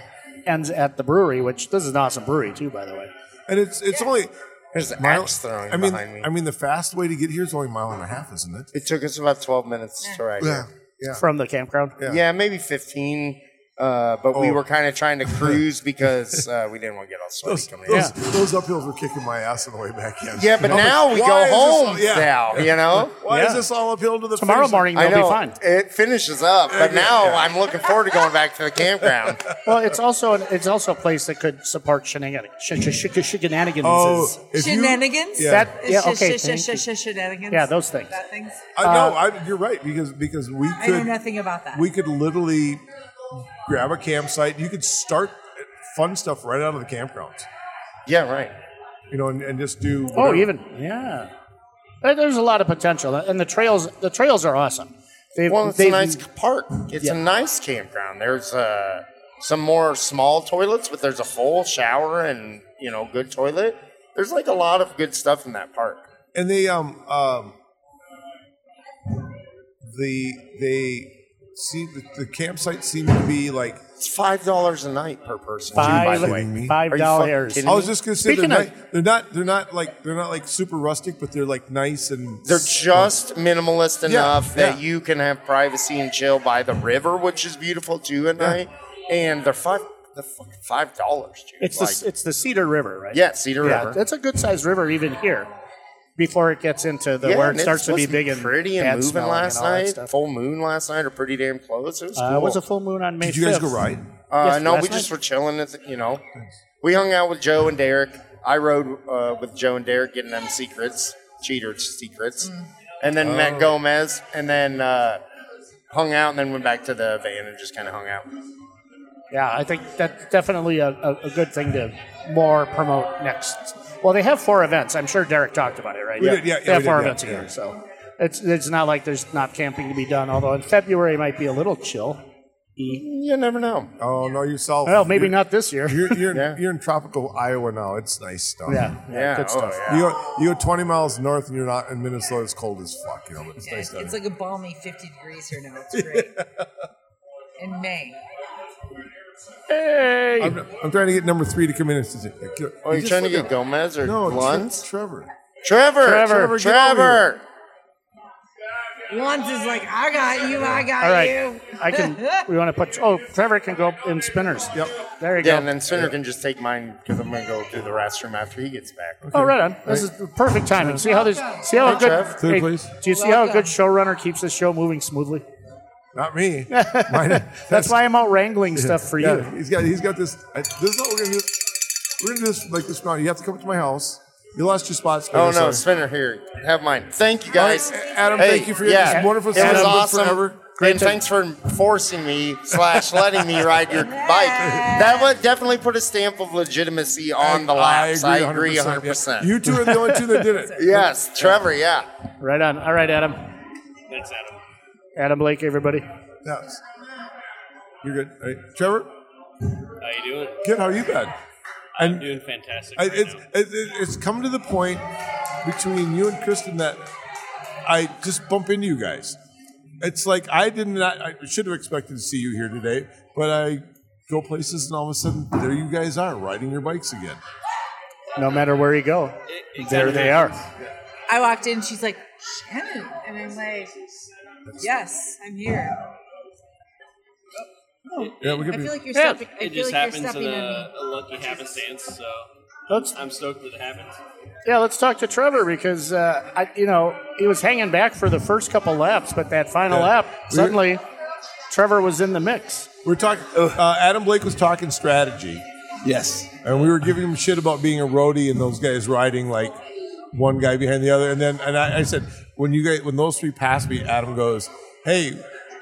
[SPEAKER 8] ends at the brewery, which this is an awesome brewery too, by the way.
[SPEAKER 2] and it's it's only.
[SPEAKER 4] There's an
[SPEAKER 2] mile-
[SPEAKER 4] axe throwing
[SPEAKER 2] I mean,
[SPEAKER 4] behind me.
[SPEAKER 2] I mean, the fast way to get here is only a mile and a half, isn't it?
[SPEAKER 4] it took us about twelve minutes to ride. here.
[SPEAKER 2] yeah.
[SPEAKER 8] From the campground,
[SPEAKER 2] Yeah.
[SPEAKER 4] Yeah, maybe fifteen. Uh, but we
[SPEAKER 2] Oh.
[SPEAKER 4] were kind of trying to cruise because uh, we didn't want to get all sweaty
[SPEAKER 2] Those,
[SPEAKER 4] coming in.
[SPEAKER 2] those, those uphills were kicking my ass on the way back in.
[SPEAKER 4] Yeah, but
[SPEAKER 2] I'm like,
[SPEAKER 4] now we
[SPEAKER 2] why
[SPEAKER 4] go
[SPEAKER 2] is this all-
[SPEAKER 4] home
[SPEAKER 2] yeah.
[SPEAKER 4] now, you know?
[SPEAKER 2] Why is
[SPEAKER 8] Yeah.
[SPEAKER 2] this all uphill to the
[SPEAKER 8] tomorrow
[SPEAKER 2] finish line?
[SPEAKER 8] morning they'll be fine.
[SPEAKER 4] It finishes up, but now I'm looking forward to going back to the campground.
[SPEAKER 8] Well, it's also an, it's also a place that could support shenanigans. Sh- sh- sh- sh- shenanigans.
[SPEAKER 2] Oh, if you-
[SPEAKER 7] Shenanigans?
[SPEAKER 2] yeah.
[SPEAKER 8] That-
[SPEAKER 7] It's
[SPEAKER 8] yeah,
[SPEAKER 7] sh-
[SPEAKER 8] okay,
[SPEAKER 7] sh-
[SPEAKER 8] thank
[SPEAKER 7] sh-
[SPEAKER 8] you.
[SPEAKER 7] sh- shenanigans.
[SPEAKER 8] Yeah, those things. Uh,
[SPEAKER 7] That things. Uh,
[SPEAKER 2] I know. I, you're right because because we
[SPEAKER 7] I
[SPEAKER 2] could
[SPEAKER 7] know nothing about that.
[SPEAKER 2] we could literally grab a campsite. You could start fun stuff right out of the campgrounds,
[SPEAKER 4] Yeah, right.
[SPEAKER 2] you know, and, and just do.
[SPEAKER 8] Oh,
[SPEAKER 2] whatever.
[SPEAKER 8] even yeah. There- There's a lot of potential, and the trails the trails are awesome. They've,
[SPEAKER 4] Well, it's a
[SPEAKER 8] they've-
[SPEAKER 4] nice park. It's a nice campground. There's uh, some more small toilets, but there's a full shower and, you know, good toilet. There's like a lot of good stuff in that park.
[SPEAKER 2] and they um um the they seem the, the campsite seemed to be like.
[SPEAKER 4] It's $5 a night per person.
[SPEAKER 8] five
[SPEAKER 4] too, by the
[SPEAKER 2] kidding me?
[SPEAKER 4] way.
[SPEAKER 8] five
[SPEAKER 4] Are you
[SPEAKER 8] dollars.
[SPEAKER 4] fucking
[SPEAKER 2] I was just gonna say they're,
[SPEAKER 8] Speaking
[SPEAKER 2] ni-
[SPEAKER 8] of-
[SPEAKER 2] they're not they're not like they're not like super rustic, but they're like nice and
[SPEAKER 4] They're just minimalist enough that
[SPEAKER 2] yeah.
[SPEAKER 4] you can have privacy and chill by the river, which is beautiful too at night. And they're five, they're fucking five dollars. dude.
[SPEAKER 8] It's
[SPEAKER 4] like,
[SPEAKER 8] the it's the Cedar River, right?
[SPEAKER 4] yeah, Cedar
[SPEAKER 8] yeah,
[SPEAKER 4] River.
[SPEAKER 8] that's a good sized river even here. Before it gets into the
[SPEAKER 4] Yeah,
[SPEAKER 8] where
[SPEAKER 4] and
[SPEAKER 8] it starts to be
[SPEAKER 4] was
[SPEAKER 8] big and
[SPEAKER 4] pretty
[SPEAKER 8] bad
[SPEAKER 4] and moving
[SPEAKER 8] smelling
[SPEAKER 4] last
[SPEAKER 8] and all that
[SPEAKER 4] night.
[SPEAKER 8] stuff.
[SPEAKER 4] Full moon last night, or pretty damn close. It was cool.
[SPEAKER 8] Uh, it was a full moon on May.
[SPEAKER 2] Did you guys
[SPEAKER 8] 5th.
[SPEAKER 2] go ride?
[SPEAKER 4] Uh,
[SPEAKER 8] Yes,
[SPEAKER 4] no,
[SPEAKER 8] last
[SPEAKER 4] we just
[SPEAKER 8] night.
[SPEAKER 4] were chilling. At the, you know, we hung out with Joe and Derek. I rode uh, with Joe and Derek, getting them secrets, cheater secrets,
[SPEAKER 8] Mm.
[SPEAKER 4] and
[SPEAKER 2] Oh.
[SPEAKER 4] then met Gomez, and then uh, hung out, and then went back to the van and just kind of hung out.
[SPEAKER 8] Yeah, I think that's definitely a, a, a good thing to more promote next. Well, they have four events. I'm sure Derek talked about it, right?
[SPEAKER 2] We did, yeah,
[SPEAKER 8] they
[SPEAKER 2] yeah,
[SPEAKER 8] have
[SPEAKER 2] we
[SPEAKER 8] four
[SPEAKER 2] did, yeah,
[SPEAKER 8] events a year, so it's it's not like there's not camping to be done. Although in February might be a little chill. E.
[SPEAKER 4] You never know.
[SPEAKER 2] Oh no, yourself.
[SPEAKER 8] Well, maybe
[SPEAKER 2] You're-
[SPEAKER 8] not this year.
[SPEAKER 2] You're you're,
[SPEAKER 4] Yeah.
[SPEAKER 2] you're in tropical Iowa now. It's nice stuff.
[SPEAKER 8] yeah, yeah,
[SPEAKER 4] Yeah,
[SPEAKER 8] good
[SPEAKER 4] oh,
[SPEAKER 8] stuff.
[SPEAKER 4] yeah.
[SPEAKER 2] You go, you go 20 miles north and you're not in Minnesota. It's cold as fuck, you know, but it's nice
[SPEAKER 7] it's,
[SPEAKER 2] down
[SPEAKER 7] it's
[SPEAKER 2] here.
[SPEAKER 7] like a balmy 50 degrees here now. It's great. In May.
[SPEAKER 8] Hey,
[SPEAKER 2] I'm, I'm trying to get number three to come in. And say,
[SPEAKER 4] Oh, you're trying to get Gomez or
[SPEAKER 2] No,
[SPEAKER 4] Luns?
[SPEAKER 2] Tre- Trevor.
[SPEAKER 4] Trevor,
[SPEAKER 8] Trevor,
[SPEAKER 4] Trevor,
[SPEAKER 2] get over here.
[SPEAKER 9] Once is like, I got you, I got
[SPEAKER 8] All right,
[SPEAKER 9] you.
[SPEAKER 8] I can. We want to put. Oh, Trevor can go in spinners. Yep, there you
[SPEAKER 4] Yeah,
[SPEAKER 8] go.
[SPEAKER 4] and then Sinner can just take mine because I'm going to go to the restroom after he gets back.
[SPEAKER 8] Oh, right on. This is perfect timing. See how this. See how a good.
[SPEAKER 4] Trev.
[SPEAKER 2] Third place?
[SPEAKER 8] do you see how a good showrunner keeps this show moving smoothly?
[SPEAKER 2] Not me. Mine-
[SPEAKER 8] That's why I'm out wrangling stuff for you.
[SPEAKER 2] Yeah, he's got he's got this. I, this is what we're gonna do. We're gonna do this like this mountain. You have to come up to my house. You lost your spot. Spencer,
[SPEAKER 4] Oh no,
[SPEAKER 2] sorry.
[SPEAKER 4] Spinner here. Have mine. Thank you guys.
[SPEAKER 2] All right, Adam, thank you for your- this wonderful
[SPEAKER 4] It was
[SPEAKER 2] session.
[SPEAKER 4] awesome.
[SPEAKER 2] Forever.
[SPEAKER 4] and thanks for forcing me slash letting me ride your bike. That would definitely put a stamp of legitimacy on the laps. I agree 100. percent
[SPEAKER 2] You two are the only two that did it.
[SPEAKER 4] Yes, Trevor. Yeah.
[SPEAKER 8] Right on. All right, Adam. Thanks, Adam. Adam Blake, everybody.
[SPEAKER 2] Yes. You're good. All right. Trevor? Good. How you been?
[SPEAKER 10] I'm doing fantastic.
[SPEAKER 2] I,
[SPEAKER 10] right
[SPEAKER 2] it's,
[SPEAKER 10] now.
[SPEAKER 2] it, it- it's come to the point between you and Kristen that I just bump into you guys. It's like I did not, I should have expected to see you here today, but I go places and all of a sudden there you guys are riding your bikes again.
[SPEAKER 8] No matter where you go,
[SPEAKER 10] It-
[SPEAKER 8] there they are.
[SPEAKER 9] I walked in, she's like, Shannon. And I'm like, yes, I'm here.
[SPEAKER 6] Oh,
[SPEAKER 2] Yeah, we
[SPEAKER 9] I
[SPEAKER 2] could be.
[SPEAKER 9] feel like you're
[SPEAKER 8] Yeah.
[SPEAKER 9] stepping, I
[SPEAKER 10] It
[SPEAKER 9] feel
[SPEAKER 10] just
[SPEAKER 9] like you're
[SPEAKER 10] happens
[SPEAKER 9] stepping
[SPEAKER 10] in
[SPEAKER 9] on
[SPEAKER 10] a,
[SPEAKER 9] me.
[SPEAKER 10] a lucky happenstance, so
[SPEAKER 8] Let's
[SPEAKER 10] I'm stoked that it happened.
[SPEAKER 8] yeah, let's talk to Trevor because uh, I, you know he was hanging back for the first couple laps, but that final
[SPEAKER 2] Yeah.
[SPEAKER 8] lap
[SPEAKER 2] We-
[SPEAKER 8] suddenly Trevor was in the mix.
[SPEAKER 2] We're talking, uh, Adam Blake was talking strategy.
[SPEAKER 11] Yes.
[SPEAKER 2] and we were giving him shit about being a roadie and those guys riding like one guy behind the other. And then and I, I said, when you guys when those three pass me, Adam goes, "Hey,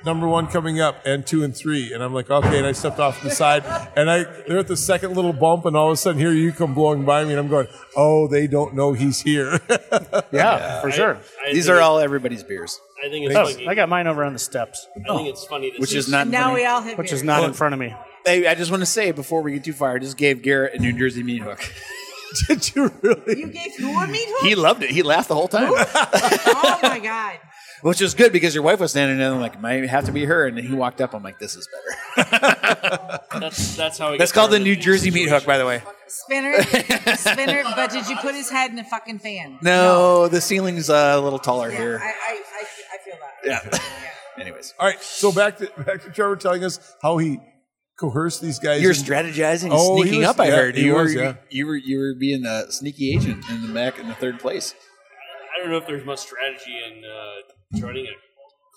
[SPEAKER 2] number one coming up, and two and three. And I'm like, okay. And I stepped off to the side, and I they're at the second little bump, and all of a sudden here you come blowing by me, and I'm going, oh, they don't know he's here.
[SPEAKER 8] Yeah, for sure.
[SPEAKER 10] I
[SPEAKER 6] These
[SPEAKER 10] think
[SPEAKER 6] are
[SPEAKER 10] it-
[SPEAKER 6] all everybody's beers,
[SPEAKER 10] I think it's
[SPEAKER 8] Oh,
[SPEAKER 10] lucky.
[SPEAKER 8] I got mine over on the steps,
[SPEAKER 6] Oh,
[SPEAKER 10] I think it's funny. To
[SPEAKER 6] which
[SPEAKER 10] see
[SPEAKER 6] is not. in front
[SPEAKER 9] Now
[SPEAKER 6] of me.
[SPEAKER 9] we all have
[SPEAKER 8] which is
[SPEAKER 9] beers.
[SPEAKER 8] not in front of me.
[SPEAKER 6] Hey, I just want to say before we get too far, I just gave Garrett a New Jersey meat hook.
[SPEAKER 2] Did you really?
[SPEAKER 9] You gave who a meat hook?
[SPEAKER 6] He loved it. He laughed the whole time,
[SPEAKER 9] oh my God.
[SPEAKER 6] which is good because your wife was standing there. I'm like, might have to be her. And then he walked up. I'm like, this is better.
[SPEAKER 10] That's, that's how. I
[SPEAKER 6] That's
[SPEAKER 10] get
[SPEAKER 6] called the
[SPEAKER 10] started.
[SPEAKER 6] New Jersey meat hook, by the way.
[SPEAKER 9] Spinner, spinner, but did you put his head in a fucking fan?
[SPEAKER 6] No, the ceiling's uh, a little taller
[SPEAKER 9] Yeah,
[SPEAKER 6] here.
[SPEAKER 9] I, I, I, I feel that.
[SPEAKER 6] yeah. Anyways,
[SPEAKER 2] All right. So back to back to Trevor telling us how he coerced these guys.
[SPEAKER 6] you're
[SPEAKER 2] in-
[SPEAKER 6] strategizing,
[SPEAKER 2] Oh, he
[SPEAKER 6] sneaking
[SPEAKER 2] was-
[SPEAKER 6] up. I
[SPEAKER 2] yeah,
[SPEAKER 6] heard
[SPEAKER 2] he
[SPEAKER 6] you
[SPEAKER 2] was,
[SPEAKER 6] were
[SPEAKER 2] yeah.
[SPEAKER 6] you were you were being a sneaky agent in the back in the third place.
[SPEAKER 10] I don't know if there's much strategy in uh, running a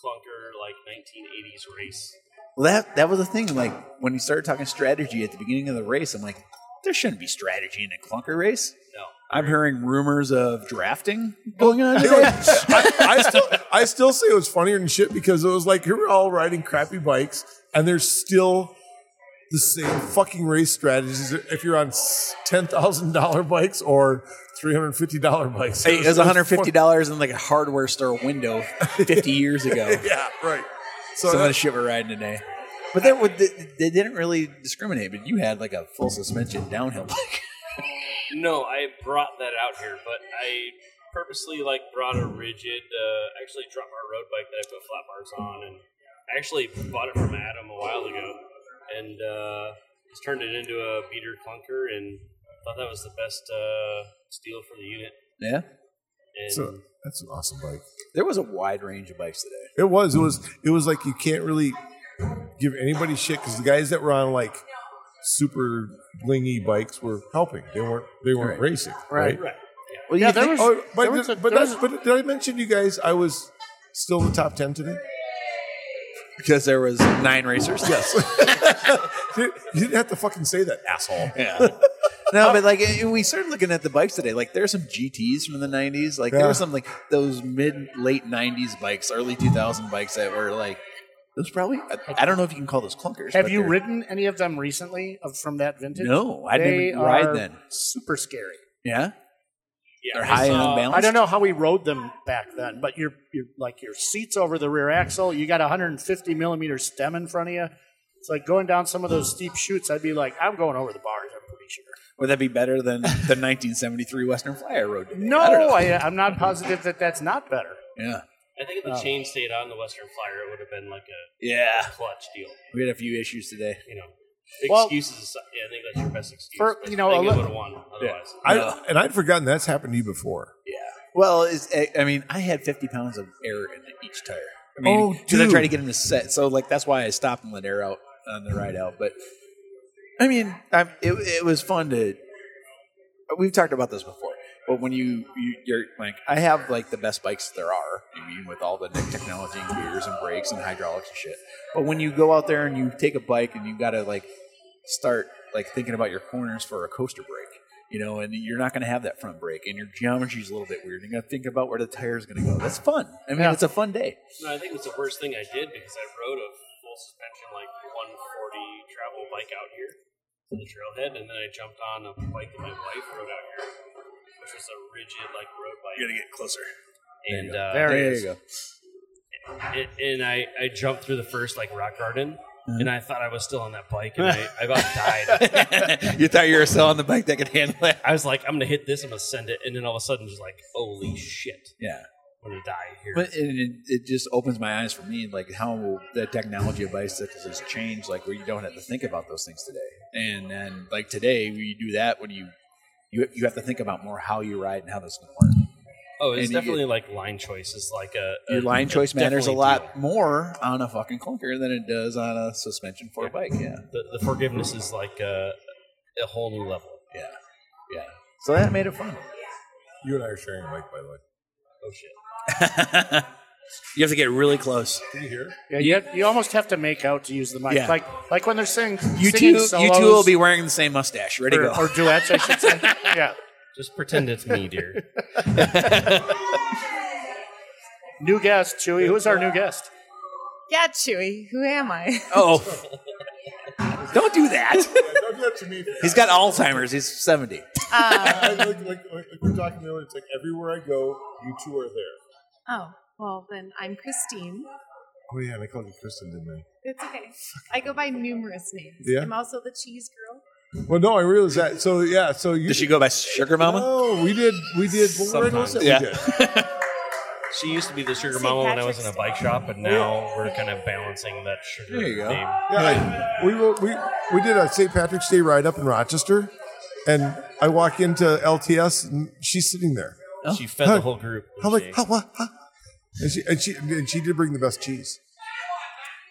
[SPEAKER 10] clunker like 1980s race.
[SPEAKER 6] Well, that that was the thing. Like when you started talking strategy at the beginning of the race, I'm like, there shouldn't be strategy in a clunker race.
[SPEAKER 10] No.
[SPEAKER 6] I'm hearing rumors of drafting going on.
[SPEAKER 2] It was-
[SPEAKER 6] Today.
[SPEAKER 2] I, I still I still say it was funnier than shit because it was like we were all riding crappy bikes and there's still the same fucking race strategies if you're on ten thousand dollar bikes or three hundred fifty dollar bikes.
[SPEAKER 6] Hey, it was
[SPEAKER 2] fun-
[SPEAKER 6] 150 dollars in like a hardware store window 50 years ago.
[SPEAKER 2] Yeah, right. So
[SPEAKER 6] Some of the
[SPEAKER 2] that,
[SPEAKER 6] shit we're riding today. But that would they, they didn't really discriminate. But you had like a full suspension downhill bike.
[SPEAKER 10] No, I brought that out here, but I purposely like brought a rigid. Uh, I actually, dropped my road bike that I put flat bars on, and I actually bought it from Adam a while ago, and uh, just turned it into a beater clunker, and thought that was the best uh, steal for the unit.
[SPEAKER 6] Yeah,
[SPEAKER 10] And
[SPEAKER 2] so that's an awesome bike.
[SPEAKER 6] there was a wide range of bikes today.
[SPEAKER 2] It was. It was. It was like you can't really give anybody shit because the guys that were on like super blingy bikes were helping. They weren't. They weren't
[SPEAKER 6] Right.
[SPEAKER 2] racing.
[SPEAKER 8] Right.
[SPEAKER 10] right,
[SPEAKER 6] Well,
[SPEAKER 8] Yeah, there was,
[SPEAKER 2] Oh, but,
[SPEAKER 8] there was a-
[SPEAKER 2] but,
[SPEAKER 8] there was
[SPEAKER 2] that's, but did I mention you guys? I was still in the top ten today.
[SPEAKER 6] because there was nine racers. Yes.
[SPEAKER 2] You you didn't have to fucking say that, asshole.
[SPEAKER 6] Yeah. No, but like eh, we started looking at the bikes today. Like there's some GTS from the '90s. Like
[SPEAKER 2] Yeah.
[SPEAKER 6] there were some like those mid late '90s bikes, early 2000 bikes that were like those probably. I, I don't know if you can call those clunkers.
[SPEAKER 8] Have
[SPEAKER 6] but
[SPEAKER 8] you
[SPEAKER 6] they're-
[SPEAKER 8] ridden any of them recently of, from that vintage?
[SPEAKER 6] No, I
[SPEAKER 8] They
[SPEAKER 6] didn't ride
[SPEAKER 8] are
[SPEAKER 6] then.
[SPEAKER 8] Super scary.
[SPEAKER 6] Yeah,
[SPEAKER 10] yeah,
[SPEAKER 6] they're
[SPEAKER 10] I
[SPEAKER 6] high
[SPEAKER 10] saw-
[SPEAKER 6] on balance.
[SPEAKER 8] Uh, I don't know how we rode them back then, but you're, you're like your seats over the rear axle. You got a 150 millimeter stem in front of you. It's like going down some of those steep chutes. I'd be like, I'm going over the bars. I'm pretty sure.
[SPEAKER 6] Would that be better than the 1973 Western Flyer Road? today?
[SPEAKER 8] No,
[SPEAKER 6] I don't know.
[SPEAKER 8] I am not positive that that's not better.
[SPEAKER 6] yeah,
[SPEAKER 10] I think if
[SPEAKER 8] uh, Oh.
[SPEAKER 10] the chain stayed on the Western Flyer, it would have been like a
[SPEAKER 6] yeah.
[SPEAKER 10] clutch deal.
[SPEAKER 6] We had a few issues today.
[SPEAKER 10] You know,
[SPEAKER 8] Well-
[SPEAKER 10] excuses. aside, yeah, I think that's your best excuse.
[SPEAKER 8] For-
[SPEAKER 10] but
[SPEAKER 8] you know,
[SPEAKER 10] I
[SPEAKER 8] a
[SPEAKER 10] think it
[SPEAKER 8] li-
[SPEAKER 10] would have won otherwise.
[SPEAKER 2] I, and I'd forgotten that's happened to you before.
[SPEAKER 6] Yeah, Well, is I I mean, I had 50 pounds of air in each tire. I mean,
[SPEAKER 2] Oh,
[SPEAKER 6] because I
[SPEAKER 2] dude.
[SPEAKER 6] tried to get in the set, so like that's why I stopped and let air out on the ride out. But I mean, I'm, it it was fun to. We've talked about this before, but when you, you you're like, I have like the best bikes there are. I mean, with all the new technology and gears and brakes and hydraulics and shit. But when you go out there and you take a bike and you got to like start like thinking about your corners for a coaster brake, you know, and you're not going to have that front brake, and your geometry's a little bit weird. You're going to think about where the tire is going to go. That's fun. I mean, it's a fun day.
[SPEAKER 10] No, I think it was the worst thing I did because I rode a full suspension like 140 travel bike out here to the trailhead, and then I jumped on a bike that my wife rode out here, which was a rigid like road bike. You're gonna get closer. And uh,
[SPEAKER 8] There it
[SPEAKER 6] there
[SPEAKER 8] is.
[SPEAKER 6] you go.
[SPEAKER 10] it, and I, I jumped through the first like rock garden,
[SPEAKER 6] Mm-hmm.
[SPEAKER 10] and I thought I was still on that bike, and I, I about died.
[SPEAKER 6] you thought you were still on the bike that could handle it.
[SPEAKER 10] I was like, I'm gonna hit this, I'm gonna send it, and then all of a sudden, just like, holy shit,
[SPEAKER 6] Yeah.
[SPEAKER 10] I'm gonna die here.
[SPEAKER 6] But it, it, it just opens my eyes for me, like how the technology of bicycles has changed, like where you don't have to think about those things today. And then, like today, we do that when you you you have to think about more how you ride and how this going to work.
[SPEAKER 10] oh, it's
[SPEAKER 6] and you-
[SPEAKER 10] definitely like line choice is like a, a-
[SPEAKER 6] Your line
[SPEAKER 10] a
[SPEAKER 8] Uh,
[SPEAKER 6] choice matters a
[SPEAKER 10] definitely
[SPEAKER 6] lot
[SPEAKER 10] deal.
[SPEAKER 6] more on a fucking clunker than it does on a suspension for a bike. Yeah,
[SPEAKER 10] the, the forgiveness is like a, a whole new level.
[SPEAKER 6] yeah, yeah. So that made it fun.
[SPEAKER 2] You and I are sharing a mic, by the way.
[SPEAKER 10] Oh shit!
[SPEAKER 6] you have to get really close.
[SPEAKER 2] Can you hear?
[SPEAKER 8] Yeah, you, have- you almost have to make out to use the mic.
[SPEAKER 6] Yeah.
[SPEAKER 8] Like like when they're singing,
[SPEAKER 6] You
[SPEAKER 8] singing
[SPEAKER 6] two, you
[SPEAKER 8] solos
[SPEAKER 6] two will be wearing the same mustache. Ready to
[SPEAKER 8] or,
[SPEAKER 6] go?
[SPEAKER 8] or duets, I should say. yeah.
[SPEAKER 10] Just pretend it's me, dear.
[SPEAKER 8] New guest, Chewy. Who's our new guest?
[SPEAKER 7] Yeah, Chewy, who am I?
[SPEAKER 6] oh, don't do that.
[SPEAKER 2] Don't do that to me.
[SPEAKER 6] He's got Alzheimer's. He's seventy.
[SPEAKER 9] Uh,
[SPEAKER 2] I, I- like, like, like we're talking earlier, it's like everywhere I go, you two are there.
[SPEAKER 9] Oh, well, then I'm Christine.
[SPEAKER 2] Oh, yeah, and I called you Kristen, didn't
[SPEAKER 9] It's okay. I go by numerous names.
[SPEAKER 2] Yeah.
[SPEAKER 9] I'm also the cheese girl.
[SPEAKER 2] I? Well, no, I realized that. So, yeah, so you.
[SPEAKER 6] Does she go by Sugar Mama?
[SPEAKER 2] Oh, we did. We did. What was it?
[SPEAKER 6] Yeah.
[SPEAKER 2] We did.
[SPEAKER 10] She used to be the sugar
[SPEAKER 9] St.
[SPEAKER 10] mama when I was in
[SPEAKER 9] Patrick's
[SPEAKER 10] a bike shop, and now we're kind of balancing that sugar
[SPEAKER 6] There you go.
[SPEAKER 10] name.
[SPEAKER 2] Yeah, I, we, were, we we did a St. Patrick's Day ride up in Rochester, and I walk into LTS, and she's sitting there.
[SPEAKER 10] She fed
[SPEAKER 2] Huh.
[SPEAKER 10] the whole group.
[SPEAKER 2] I'm
[SPEAKER 10] didn't
[SPEAKER 2] like,
[SPEAKER 10] she?
[SPEAKER 2] huh, what, huh? And she and she and she did bring the best cheese.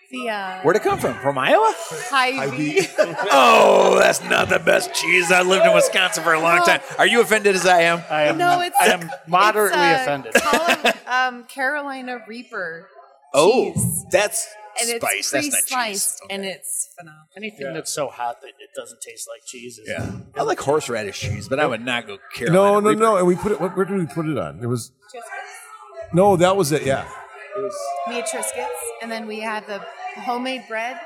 [SPEAKER 9] The uh,
[SPEAKER 6] Where'd it come from? From Iowa?
[SPEAKER 9] Hy-Vee.
[SPEAKER 6] Oh, that's not the best cheese. I lived in Wisconsin for a long time. Are you offended as I am?
[SPEAKER 8] I am,
[SPEAKER 9] No, it's-
[SPEAKER 8] I am moderately
[SPEAKER 9] It's, uh,
[SPEAKER 8] offended.
[SPEAKER 9] Col- um, Carolina Reaper.
[SPEAKER 6] Oh,
[SPEAKER 9] cheese.
[SPEAKER 6] that's
[SPEAKER 9] And it's
[SPEAKER 6] spice. That's not cheese.
[SPEAKER 9] pre-sliced, and it's phenomenal.
[SPEAKER 8] Anything that's so hot that it doesn't taste like cheese is
[SPEAKER 6] Yeah. I like horseradish cheese, but I would not go Carolina.
[SPEAKER 2] No, no,
[SPEAKER 6] Reaper.
[SPEAKER 2] no. And we put it. What, where did we put it on? It was. No, that was it. Yeah.
[SPEAKER 9] We had Triscuits, and then we had the homemade bread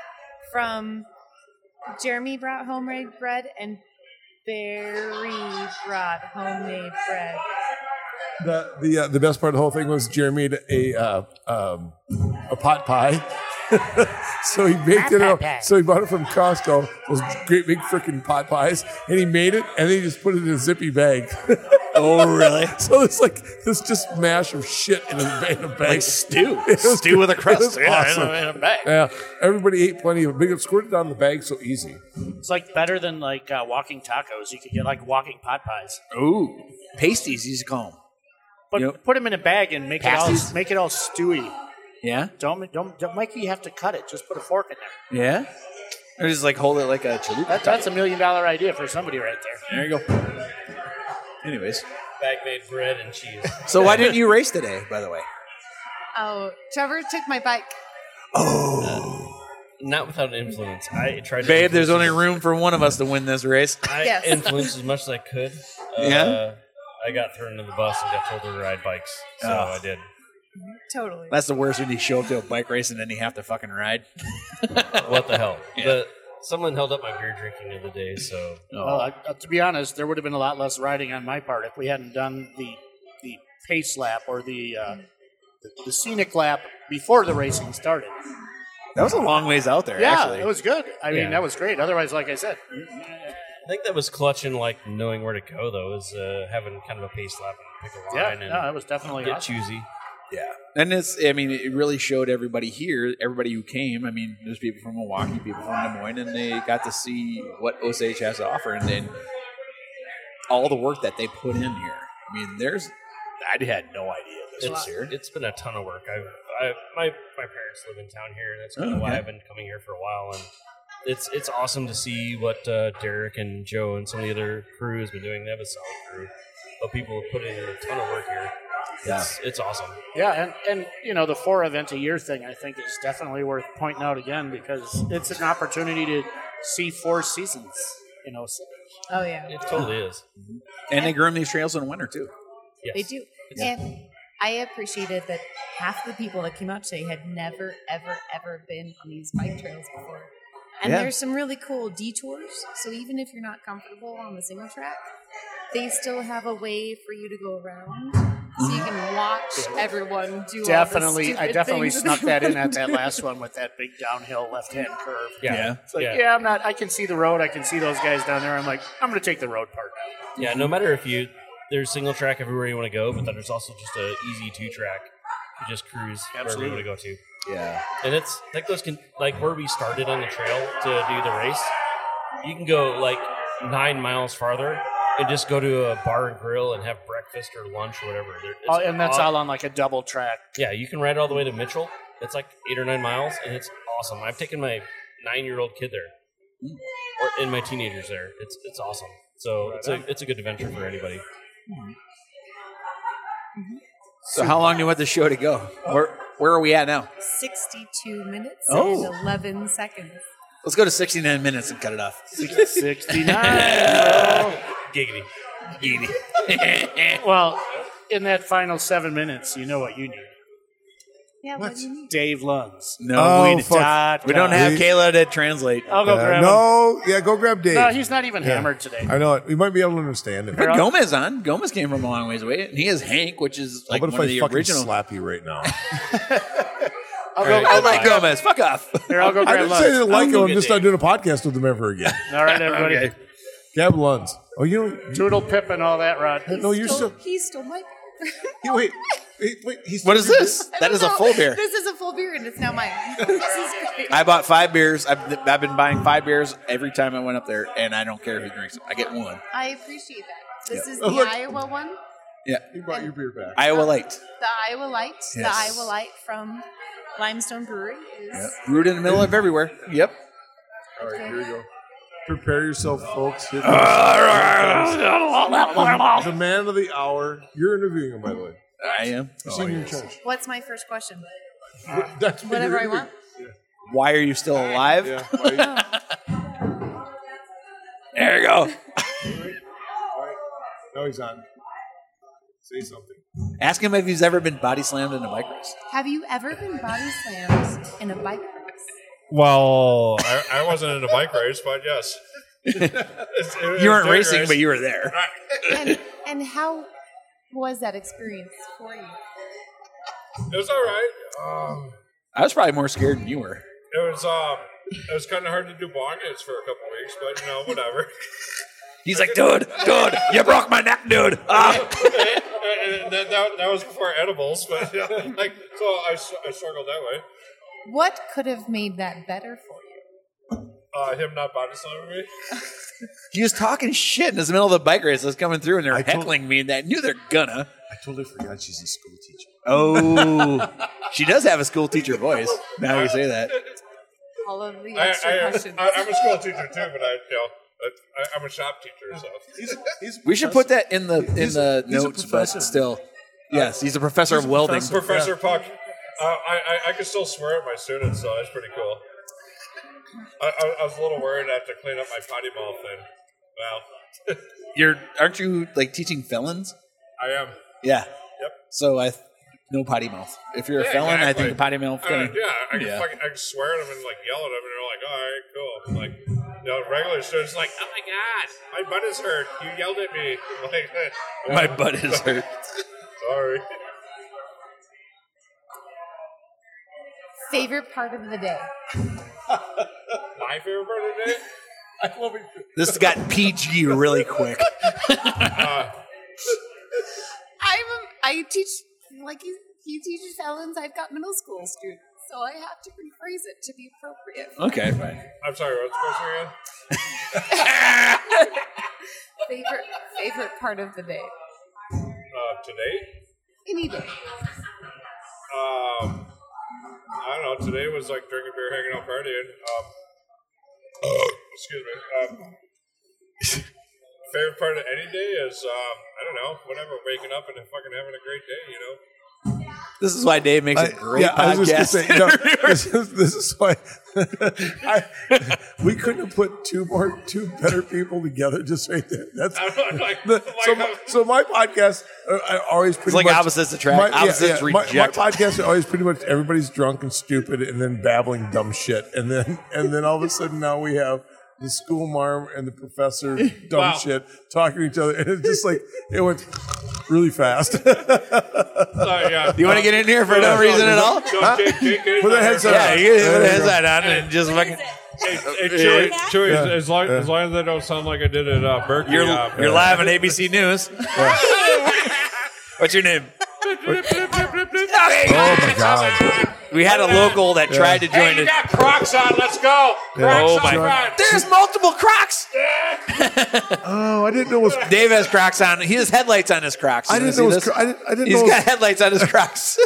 [SPEAKER 9] from Jeremy brought homemade bread, and Barry brought homemade bread.
[SPEAKER 2] The the uh, the best part of the whole thing was Jeremy had a uh, um, a pot pie. so he baked it out. So he bought it from Costco. Those great big freaking pot pies, and he made it, and then he just put it in a zippy bag.
[SPEAKER 6] Oh, really?
[SPEAKER 2] So it's like this just mash of shit in a, in a bag.
[SPEAKER 6] Like stew.
[SPEAKER 2] It was-
[SPEAKER 6] stew with a crust.
[SPEAKER 2] it was
[SPEAKER 6] Yeah, I know,
[SPEAKER 2] awesome.
[SPEAKER 6] in a bag.
[SPEAKER 2] yeah, everybody ate plenty of it. Big squirted down the bag so easy.
[SPEAKER 8] It's like better than like uh, walking tacos. You could get like walking pot pies,
[SPEAKER 6] Ooh. Pasties, you used to call them.
[SPEAKER 8] but
[SPEAKER 6] Yep.
[SPEAKER 8] put them in a bag and make it
[SPEAKER 6] Pasties?
[SPEAKER 8] all make it all stewy.
[SPEAKER 6] Yeah?
[SPEAKER 8] Don't don't, don't Mikey. You have to cut it. Just put a fork in there.
[SPEAKER 6] Yeah? Or just like hold it like a chalupa.
[SPEAKER 8] That, that's a million dollar idea for somebody right there.
[SPEAKER 6] there you go. Anyways.
[SPEAKER 10] bag made bread and cheese.
[SPEAKER 6] So why didn't you race today, by the way?
[SPEAKER 9] Oh, Trevor took my bike.
[SPEAKER 10] Not without influence. I tried. to
[SPEAKER 6] Babe, there's
[SPEAKER 10] influence
[SPEAKER 6] only
[SPEAKER 10] as-
[SPEAKER 6] room for one of us to win this race.
[SPEAKER 10] I
[SPEAKER 9] Yes.
[SPEAKER 10] influenced as much as I could. Uh,
[SPEAKER 6] Yeah?
[SPEAKER 10] I got thrown into the bus and got told to ride bikes, so
[SPEAKER 6] Oh.
[SPEAKER 10] I did.
[SPEAKER 9] Totally.
[SPEAKER 6] That's the worst when you show up to a bike race and then you have to fucking ride.
[SPEAKER 10] What the hell? But someone held up my beer drinking the other day, so
[SPEAKER 6] Oh,
[SPEAKER 8] Well, I, uh, to be honest, there would have been a lot less riding on my part if we hadn't done the the pace lap or the uh, the, the scenic lap before the racing started.
[SPEAKER 6] That was a long ways out there,
[SPEAKER 8] Yeah,
[SPEAKER 6] actually.
[SPEAKER 8] it was good. I mean,
[SPEAKER 10] Yeah.
[SPEAKER 8] that was great. Otherwise, like I said,
[SPEAKER 10] I think that was clutching like knowing where to go though is uh, having kind of a pace lap and pick a
[SPEAKER 8] yeah,
[SPEAKER 10] line
[SPEAKER 8] no,
[SPEAKER 10] and
[SPEAKER 8] that was definitely
[SPEAKER 10] get
[SPEAKER 8] awesome.
[SPEAKER 10] choosy.
[SPEAKER 6] Yeah, and it's. I mean, it really showed everybody here, everybody who came. I mean, there's people from Milwaukee, people from Des Moines, and they got to see what Osage has to offer, and then all the work that they put in here. I mean, there's I had no idea this was
[SPEAKER 10] It's,
[SPEAKER 6] here.
[SPEAKER 10] it's been a ton of work. I've, I, my, my parents live in town here, and that's kind of
[SPEAKER 6] Oh,
[SPEAKER 10] why
[SPEAKER 6] okay.
[SPEAKER 10] I've been coming here for a while. And it's it's awesome to see what uh, Derek and Joe and some of the other crew has been doing. They have a solid crew, but people have put in a ton of work here. It's, it's awesome.
[SPEAKER 8] Yeah, and, and you know the four event a year thing I think is definitely worth pointing out again because it's an opportunity to see four seasons. You know, so-
[SPEAKER 7] Oh yeah,
[SPEAKER 10] It totally is.
[SPEAKER 6] And they groom these trails in winter too.
[SPEAKER 9] They do. And I appreciated that half the people that came out today had never, ever, ever been on these bike trails before. And
[SPEAKER 12] Yeah.
[SPEAKER 9] there's some really cool detours. So even if you're not comfortable on the single track, they still have a way for you to go around. So you
[SPEAKER 6] Mm-hmm.
[SPEAKER 9] can watch everyone do all the
[SPEAKER 8] definitely, I
[SPEAKER 9] stupid
[SPEAKER 8] definitely
[SPEAKER 9] things
[SPEAKER 8] snuck
[SPEAKER 9] they
[SPEAKER 8] that in
[SPEAKER 9] wanna
[SPEAKER 8] at that
[SPEAKER 9] do.
[SPEAKER 8] last one with that big downhill left hand curve.
[SPEAKER 10] Yeah. Yeah.
[SPEAKER 8] it's like
[SPEAKER 10] Yeah.
[SPEAKER 8] yeah. I'm not. I can see the road. I can see those guys down there. I'm like, I'm going to take the road part now.
[SPEAKER 10] Yeah, no matter if you there's single track everywhere you want to go, but then there's also just a easy E two track. You just cruise wherever you want
[SPEAKER 8] Absolutely.
[SPEAKER 10] to go to.
[SPEAKER 6] Yeah.
[SPEAKER 10] And it's like those can like where we started on the trail to do the race. You can go like nine miles farther and just go to a bar and grill and have breakfast or lunch or whatever. There- it's
[SPEAKER 8] Oh, and that's
[SPEAKER 10] aw-
[SPEAKER 8] all on like a double track.
[SPEAKER 10] Yeah, you can ride all the way to Mitchell. It's like eight or nine miles, and it's awesome. I've taken my nine-year-old kid there, or and my teenagers there. It's it's awesome. So it's a it's a good adventure for anybody.
[SPEAKER 6] So how long do you want the show to go? Where where are we at now?
[SPEAKER 9] 62 minutes
[SPEAKER 6] Oh.
[SPEAKER 9] and 11 seconds.
[SPEAKER 6] Let's go to 69 minutes and cut it off.
[SPEAKER 8] 69.
[SPEAKER 10] Giggity. Giggity.
[SPEAKER 8] well, in that final seven minutes, you know what you need.
[SPEAKER 9] Yeah, what do you need?
[SPEAKER 8] Dave Lunds.
[SPEAKER 6] No,
[SPEAKER 2] Oh,
[SPEAKER 6] we,
[SPEAKER 2] fuck.
[SPEAKER 6] we don't have Kayla to translate.
[SPEAKER 8] I'll go
[SPEAKER 2] Uh,
[SPEAKER 8] grab him.
[SPEAKER 2] no, yeah, go grab Dave.
[SPEAKER 8] No, he's not even hammered today.
[SPEAKER 2] I know it. We might be able to understand it.
[SPEAKER 6] But Gomez on. Gomez came from a long ways away, and he is Hank, which is like
[SPEAKER 2] How
[SPEAKER 6] one of
[SPEAKER 2] about if I
[SPEAKER 6] the
[SPEAKER 2] fucking
[SPEAKER 6] original.
[SPEAKER 2] slap you right now?
[SPEAKER 8] I'll
[SPEAKER 6] All
[SPEAKER 8] go
[SPEAKER 6] right, I
[SPEAKER 8] grab
[SPEAKER 6] like
[SPEAKER 8] him.
[SPEAKER 6] Gomez. Fuck off.
[SPEAKER 8] Here, I'll go
[SPEAKER 2] I
[SPEAKER 8] grab
[SPEAKER 2] didn't say I didn't
[SPEAKER 8] Lunds.
[SPEAKER 2] like him.
[SPEAKER 10] go
[SPEAKER 2] I'm
[SPEAKER 10] get
[SPEAKER 2] just not doing a podcast with him ever again.
[SPEAKER 8] All right, everybody.
[SPEAKER 2] Gab Lunds. Oh, you
[SPEAKER 8] Doodle Pip and all that, Rod.
[SPEAKER 6] Oh,
[SPEAKER 2] don't. No, you're
[SPEAKER 9] Still-
[SPEAKER 2] still.
[SPEAKER 9] he still might.
[SPEAKER 2] Hey, wait, wait, wait. He's
[SPEAKER 6] What is this?
[SPEAKER 9] I
[SPEAKER 6] That
[SPEAKER 9] don't
[SPEAKER 6] is a
[SPEAKER 9] know.
[SPEAKER 6] full beer.
[SPEAKER 9] This is a full beer, and it's now mine. this is great.
[SPEAKER 6] I bought five beers. I've, I've been buying five beers every time I went up there, and I don't care who drinks them. I get one.
[SPEAKER 9] I appreciate that. This is the
[SPEAKER 2] Oh, look.
[SPEAKER 9] Iowa one,
[SPEAKER 6] Yeah.
[SPEAKER 2] You brought your beer back.
[SPEAKER 6] Iowa Light.
[SPEAKER 9] the Iowa Light, the
[SPEAKER 6] Yes.
[SPEAKER 9] Iowa Light from Limestone Brewery. Is
[SPEAKER 6] Yeah. Brewed in the middle of everywhere. Yep.
[SPEAKER 2] All right, here we go. Prepare yourself, folks. Hit the man of the hour. You're interviewing him, by the way.
[SPEAKER 6] I am. Oh,
[SPEAKER 2] You're sitting in charge.
[SPEAKER 9] What's my first question?
[SPEAKER 12] Uh,
[SPEAKER 2] That's what
[SPEAKER 9] Whatever
[SPEAKER 2] you're
[SPEAKER 9] I want.
[SPEAKER 6] Why are you still alive?
[SPEAKER 2] interviewing. Yeah. why-
[SPEAKER 6] There you go.
[SPEAKER 2] Now he's on. Say something.
[SPEAKER 6] Ask him if he's ever been body slammed in a bike race.
[SPEAKER 9] Have you ever been body slammed in a bike race?
[SPEAKER 12] Well, I, I wasn't in a bike race, but yes. It's- it-
[SPEAKER 6] You weren't
[SPEAKER 12] it's a
[SPEAKER 6] racing,
[SPEAKER 12] race.
[SPEAKER 6] but you were there.
[SPEAKER 9] And, and how was that experience for you?
[SPEAKER 12] It was all right. Um,
[SPEAKER 6] I was probably more scared than you were.
[SPEAKER 12] it was um, it was kind of hard to do bongas for a couple weeks, but you know, whatever.
[SPEAKER 6] He's like, dude, dude, you broke my neck, dude. Ah.
[SPEAKER 12] And that, that, that was before edibles, but yeah, like so I, s- I struggled that way.
[SPEAKER 9] What could have made that better for you?
[SPEAKER 12] Uh, him not body slamming me.
[SPEAKER 6] He was talking shit in the middle of the bike race. I was coming through and they're
[SPEAKER 2] I told-
[SPEAKER 6] heckling me, and I knew they're gonna.
[SPEAKER 2] I totally forgot she's a school teacher.
[SPEAKER 6] Oh, she does have a school teacher voice. Now you say that.
[SPEAKER 9] All of the
[SPEAKER 12] I,
[SPEAKER 9] extra
[SPEAKER 12] I,
[SPEAKER 9] questions.
[SPEAKER 12] I, I'm a school teacher too, but I you know I, I'm a shop teacher, so
[SPEAKER 2] He's, he's
[SPEAKER 6] We should put that in the in
[SPEAKER 2] He's
[SPEAKER 6] the
[SPEAKER 2] a- he's a
[SPEAKER 6] notes, but
[SPEAKER 2] professor.
[SPEAKER 6] still, yes, he's a professor
[SPEAKER 2] He's a
[SPEAKER 6] of welding.
[SPEAKER 2] professor.
[SPEAKER 12] Professor Puck. Uh, I, I I can still swear at my students, so that's pretty cool. I, I, I was a little worried I have to clean up my potty mouth thing. Wow,
[SPEAKER 6] You're aren't you like teaching felons?
[SPEAKER 12] I am.
[SPEAKER 6] Yeah.
[SPEAKER 12] Yep.
[SPEAKER 6] So I, no potty mouth. If you're a
[SPEAKER 12] Yeah,
[SPEAKER 6] felon, I
[SPEAKER 12] exactly.
[SPEAKER 6] think the potty mouth.
[SPEAKER 12] Uh,
[SPEAKER 6] Gonna,
[SPEAKER 12] yeah, I can
[SPEAKER 6] Yeah.
[SPEAKER 12] fucking I can swear at them and like yell at them, and they're like, "All right, cool." Like, you know, regular students like, "Oh my god, my butt is hurt. You yelled at me." Like,
[SPEAKER 6] My butt is hurt.
[SPEAKER 12] sorry.
[SPEAKER 9] Favorite part of the day?
[SPEAKER 12] My favorite part of the day.
[SPEAKER 6] This got PG really quick.
[SPEAKER 2] Uh,
[SPEAKER 9] I'm a, I teach like he, he teaches felons. I've got middle school students, so I have to rephrase it to be appropriate.
[SPEAKER 6] Okay, fine.
[SPEAKER 12] I'm sorry. What's the question again?
[SPEAKER 9] Favorite favorite part of the day.
[SPEAKER 12] Uh, today.
[SPEAKER 7] Any day.
[SPEAKER 12] Um, I don't know. Today was like drinking beer, hanging out, partying. Um, excuse me. Um, favorite part of any day is um, I don't know, whatever. Waking up and fucking having a great day, you know.
[SPEAKER 6] This is why Dave makes a great
[SPEAKER 2] I was just
[SPEAKER 6] podcast.
[SPEAKER 2] gonna say, no, this, is, this is why I, we couldn't have put two more, two better people together just right there. That's the- so, my, so. My podcast, uh, I always pretty
[SPEAKER 6] like
[SPEAKER 2] much,
[SPEAKER 6] opposites attract, opposites
[SPEAKER 2] my-
[SPEAKER 6] reject.
[SPEAKER 2] My, podcasts are always pretty much everybody's drunk and stupid and then babbling dumb shit, and then and then all of a sudden now we have. The school marm and the professor, dumb
[SPEAKER 12] Wow.
[SPEAKER 2] shit, talking to each other, and it's just like it went really fast.
[SPEAKER 12] Sorry, yeah.
[SPEAKER 6] You want to get in here for
[SPEAKER 2] No,
[SPEAKER 6] no
[SPEAKER 2] no,
[SPEAKER 6] reason
[SPEAKER 2] no,
[SPEAKER 6] at
[SPEAKER 2] no.
[SPEAKER 6] all?
[SPEAKER 12] Go,
[SPEAKER 6] Huh?
[SPEAKER 12] Jake, Jake, get in
[SPEAKER 2] Put the
[SPEAKER 12] there.
[SPEAKER 2] headset
[SPEAKER 6] Yeah,
[SPEAKER 2] on.
[SPEAKER 6] you can put
[SPEAKER 2] There
[SPEAKER 6] the
[SPEAKER 2] you
[SPEAKER 6] headset
[SPEAKER 2] go.
[SPEAKER 6] on and just fucking.
[SPEAKER 12] Hey, hey, Chewy,
[SPEAKER 6] Yeah.
[SPEAKER 12] Chewy
[SPEAKER 6] Yeah.
[SPEAKER 12] as, long, as long as I don't sound like I did at uh, Berkeley.
[SPEAKER 6] You're,
[SPEAKER 12] uh,
[SPEAKER 6] you're live on ABC News. What's your name?
[SPEAKER 2] Oh my god!
[SPEAKER 6] We had a local that
[SPEAKER 2] Yeah.
[SPEAKER 6] tried to join
[SPEAKER 12] Hey, you
[SPEAKER 6] it.
[SPEAKER 12] got Crocs on. Let's go.
[SPEAKER 2] Yeah.
[SPEAKER 12] Crocs
[SPEAKER 2] Oh
[SPEAKER 12] on
[SPEAKER 6] my-
[SPEAKER 12] front.
[SPEAKER 6] There's multiple Crocs.
[SPEAKER 2] Oh, I didn't know it was.
[SPEAKER 6] Dave has Crocs on. He has headlights on his Crocs.
[SPEAKER 2] I
[SPEAKER 6] You
[SPEAKER 2] didn't
[SPEAKER 6] see
[SPEAKER 2] know it was.
[SPEAKER 6] this?
[SPEAKER 2] Cro- I didn't. I didn't know.
[SPEAKER 6] He's
[SPEAKER 2] It
[SPEAKER 6] got
[SPEAKER 2] was,
[SPEAKER 6] headlights on his Crocs.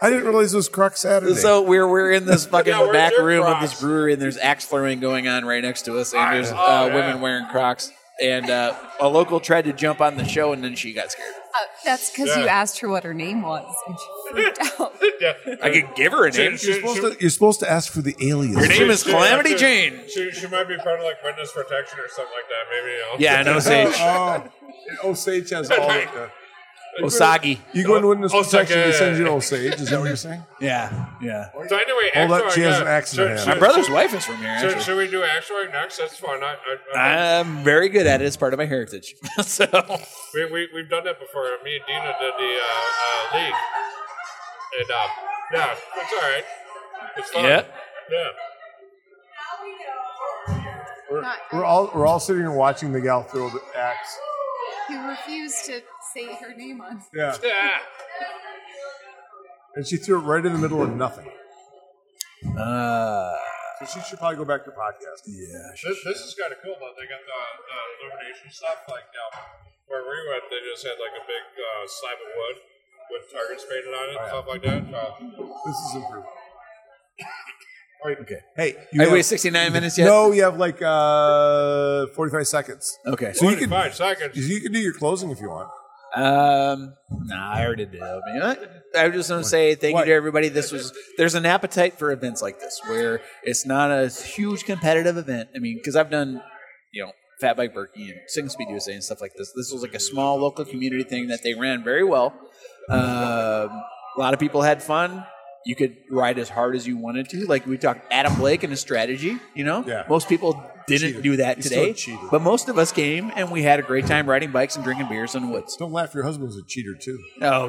[SPEAKER 2] I didn't realize it was Croc Saturday.
[SPEAKER 6] so we're we're in this fucking
[SPEAKER 12] Yeah, where's
[SPEAKER 6] back
[SPEAKER 12] your
[SPEAKER 6] room
[SPEAKER 12] Crocs?
[SPEAKER 6] of this brewery, and there's axe throwing going on right next to us, and there's uh,
[SPEAKER 12] Oh, yeah.
[SPEAKER 6] women wearing Crocs. And uh, a local tried to jump on the show, and then she got scared.
[SPEAKER 13] Oh, that's because you
[SPEAKER 12] Yeah.
[SPEAKER 13] asked her what her name was, and she freaked out.
[SPEAKER 12] Yeah.
[SPEAKER 6] I could give her a
[SPEAKER 12] She-
[SPEAKER 6] name.
[SPEAKER 12] she-
[SPEAKER 2] you're
[SPEAKER 12] she-
[SPEAKER 2] supposed to. You're supposed to ask for the alias.
[SPEAKER 6] Your name is
[SPEAKER 12] she-
[SPEAKER 6] Calamity
[SPEAKER 12] she-
[SPEAKER 6] Jane.
[SPEAKER 12] She, she might be part of like witness protection or something like that. Maybe you know.
[SPEAKER 6] Yeah, and Osage.
[SPEAKER 2] Oh, oh. Osage has all. The, Oh,
[SPEAKER 6] Osagi.
[SPEAKER 2] you go into witness
[SPEAKER 12] Osage.
[SPEAKER 2] protection. They send you to Osage. Is that what you're saying?
[SPEAKER 6] Yeah, yeah.
[SPEAKER 12] So anyway,
[SPEAKER 2] Hold up,
[SPEAKER 12] Axroy,
[SPEAKER 2] she has an
[SPEAKER 12] yeah.
[SPEAKER 2] accent
[SPEAKER 12] Should-
[SPEAKER 2] in.
[SPEAKER 6] My
[SPEAKER 12] should-
[SPEAKER 6] brother's wife is from here.
[SPEAKER 12] Should,
[SPEAKER 6] Actually.
[SPEAKER 12] should we do Axroy next? That's fun. I, I, I,
[SPEAKER 6] I'm very good at it. It's part of my heritage. so
[SPEAKER 12] we, we, we've done that before. Me and Dina did the uh, uh, league. And uh, yeah, it's all right. It's fun.
[SPEAKER 6] Yeah.
[SPEAKER 12] Yeah.
[SPEAKER 2] We're, we're all we're all sitting and watching the gal throw the axe.
[SPEAKER 13] Who refused to say her name on?
[SPEAKER 2] Yeah,
[SPEAKER 12] Yeah.
[SPEAKER 2] and she threw it right in the middle of nothing.
[SPEAKER 6] uh,
[SPEAKER 2] So she should probably go back to podcasting.
[SPEAKER 12] This, this is kind of cool though. They got the, the illumination stuff like now where we went. They just had like a big uh, slab of wood with targets painted
[SPEAKER 6] Oh,
[SPEAKER 12] on it and stuff like that. Uh,
[SPEAKER 2] This is improved.
[SPEAKER 6] okay.
[SPEAKER 2] Hey, you
[SPEAKER 6] Are we
[SPEAKER 2] have,
[SPEAKER 6] at 69 minutes yet?
[SPEAKER 2] no, you have like uh, 45 seconds.
[SPEAKER 6] Okay.
[SPEAKER 2] So you can
[SPEAKER 12] Forty-five seconds.
[SPEAKER 2] you can do your closing if you want.
[SPEAKER 6] Um, nah, I already did. I, mean, I was just going to say thank
[SPEAKER 2] What?
[SPEAKER 6] you to everybody. This was there's an appetite for events like this where it's not a huge competitive event. I mean, because I've done you know Fat Bike Berkey and Sing Speed USA and stuff like this. This was like a small local community thing that they ran very well. Um, a lot of people had fun. You could ride as hard as you wanted to. Like we talked, Adam Blake and his strategy. You know,
[SPEAKER 2] Yeah.
[SPEAKER 6] most people didn't
[SPEAKER 2] Cheated.
[SPEAKER 6] do that
[SPEAKER 2] He still
[SPEAKER 6] today,
[SPEAKER 2] cheated.
[SPEAKER 6] but most of us came and we had a great time riding bikes and drinking beers in the woods.
[SPEAKER 2] Don't laugh. Your husband's a cheater too.
[SPEAKER 6] Oh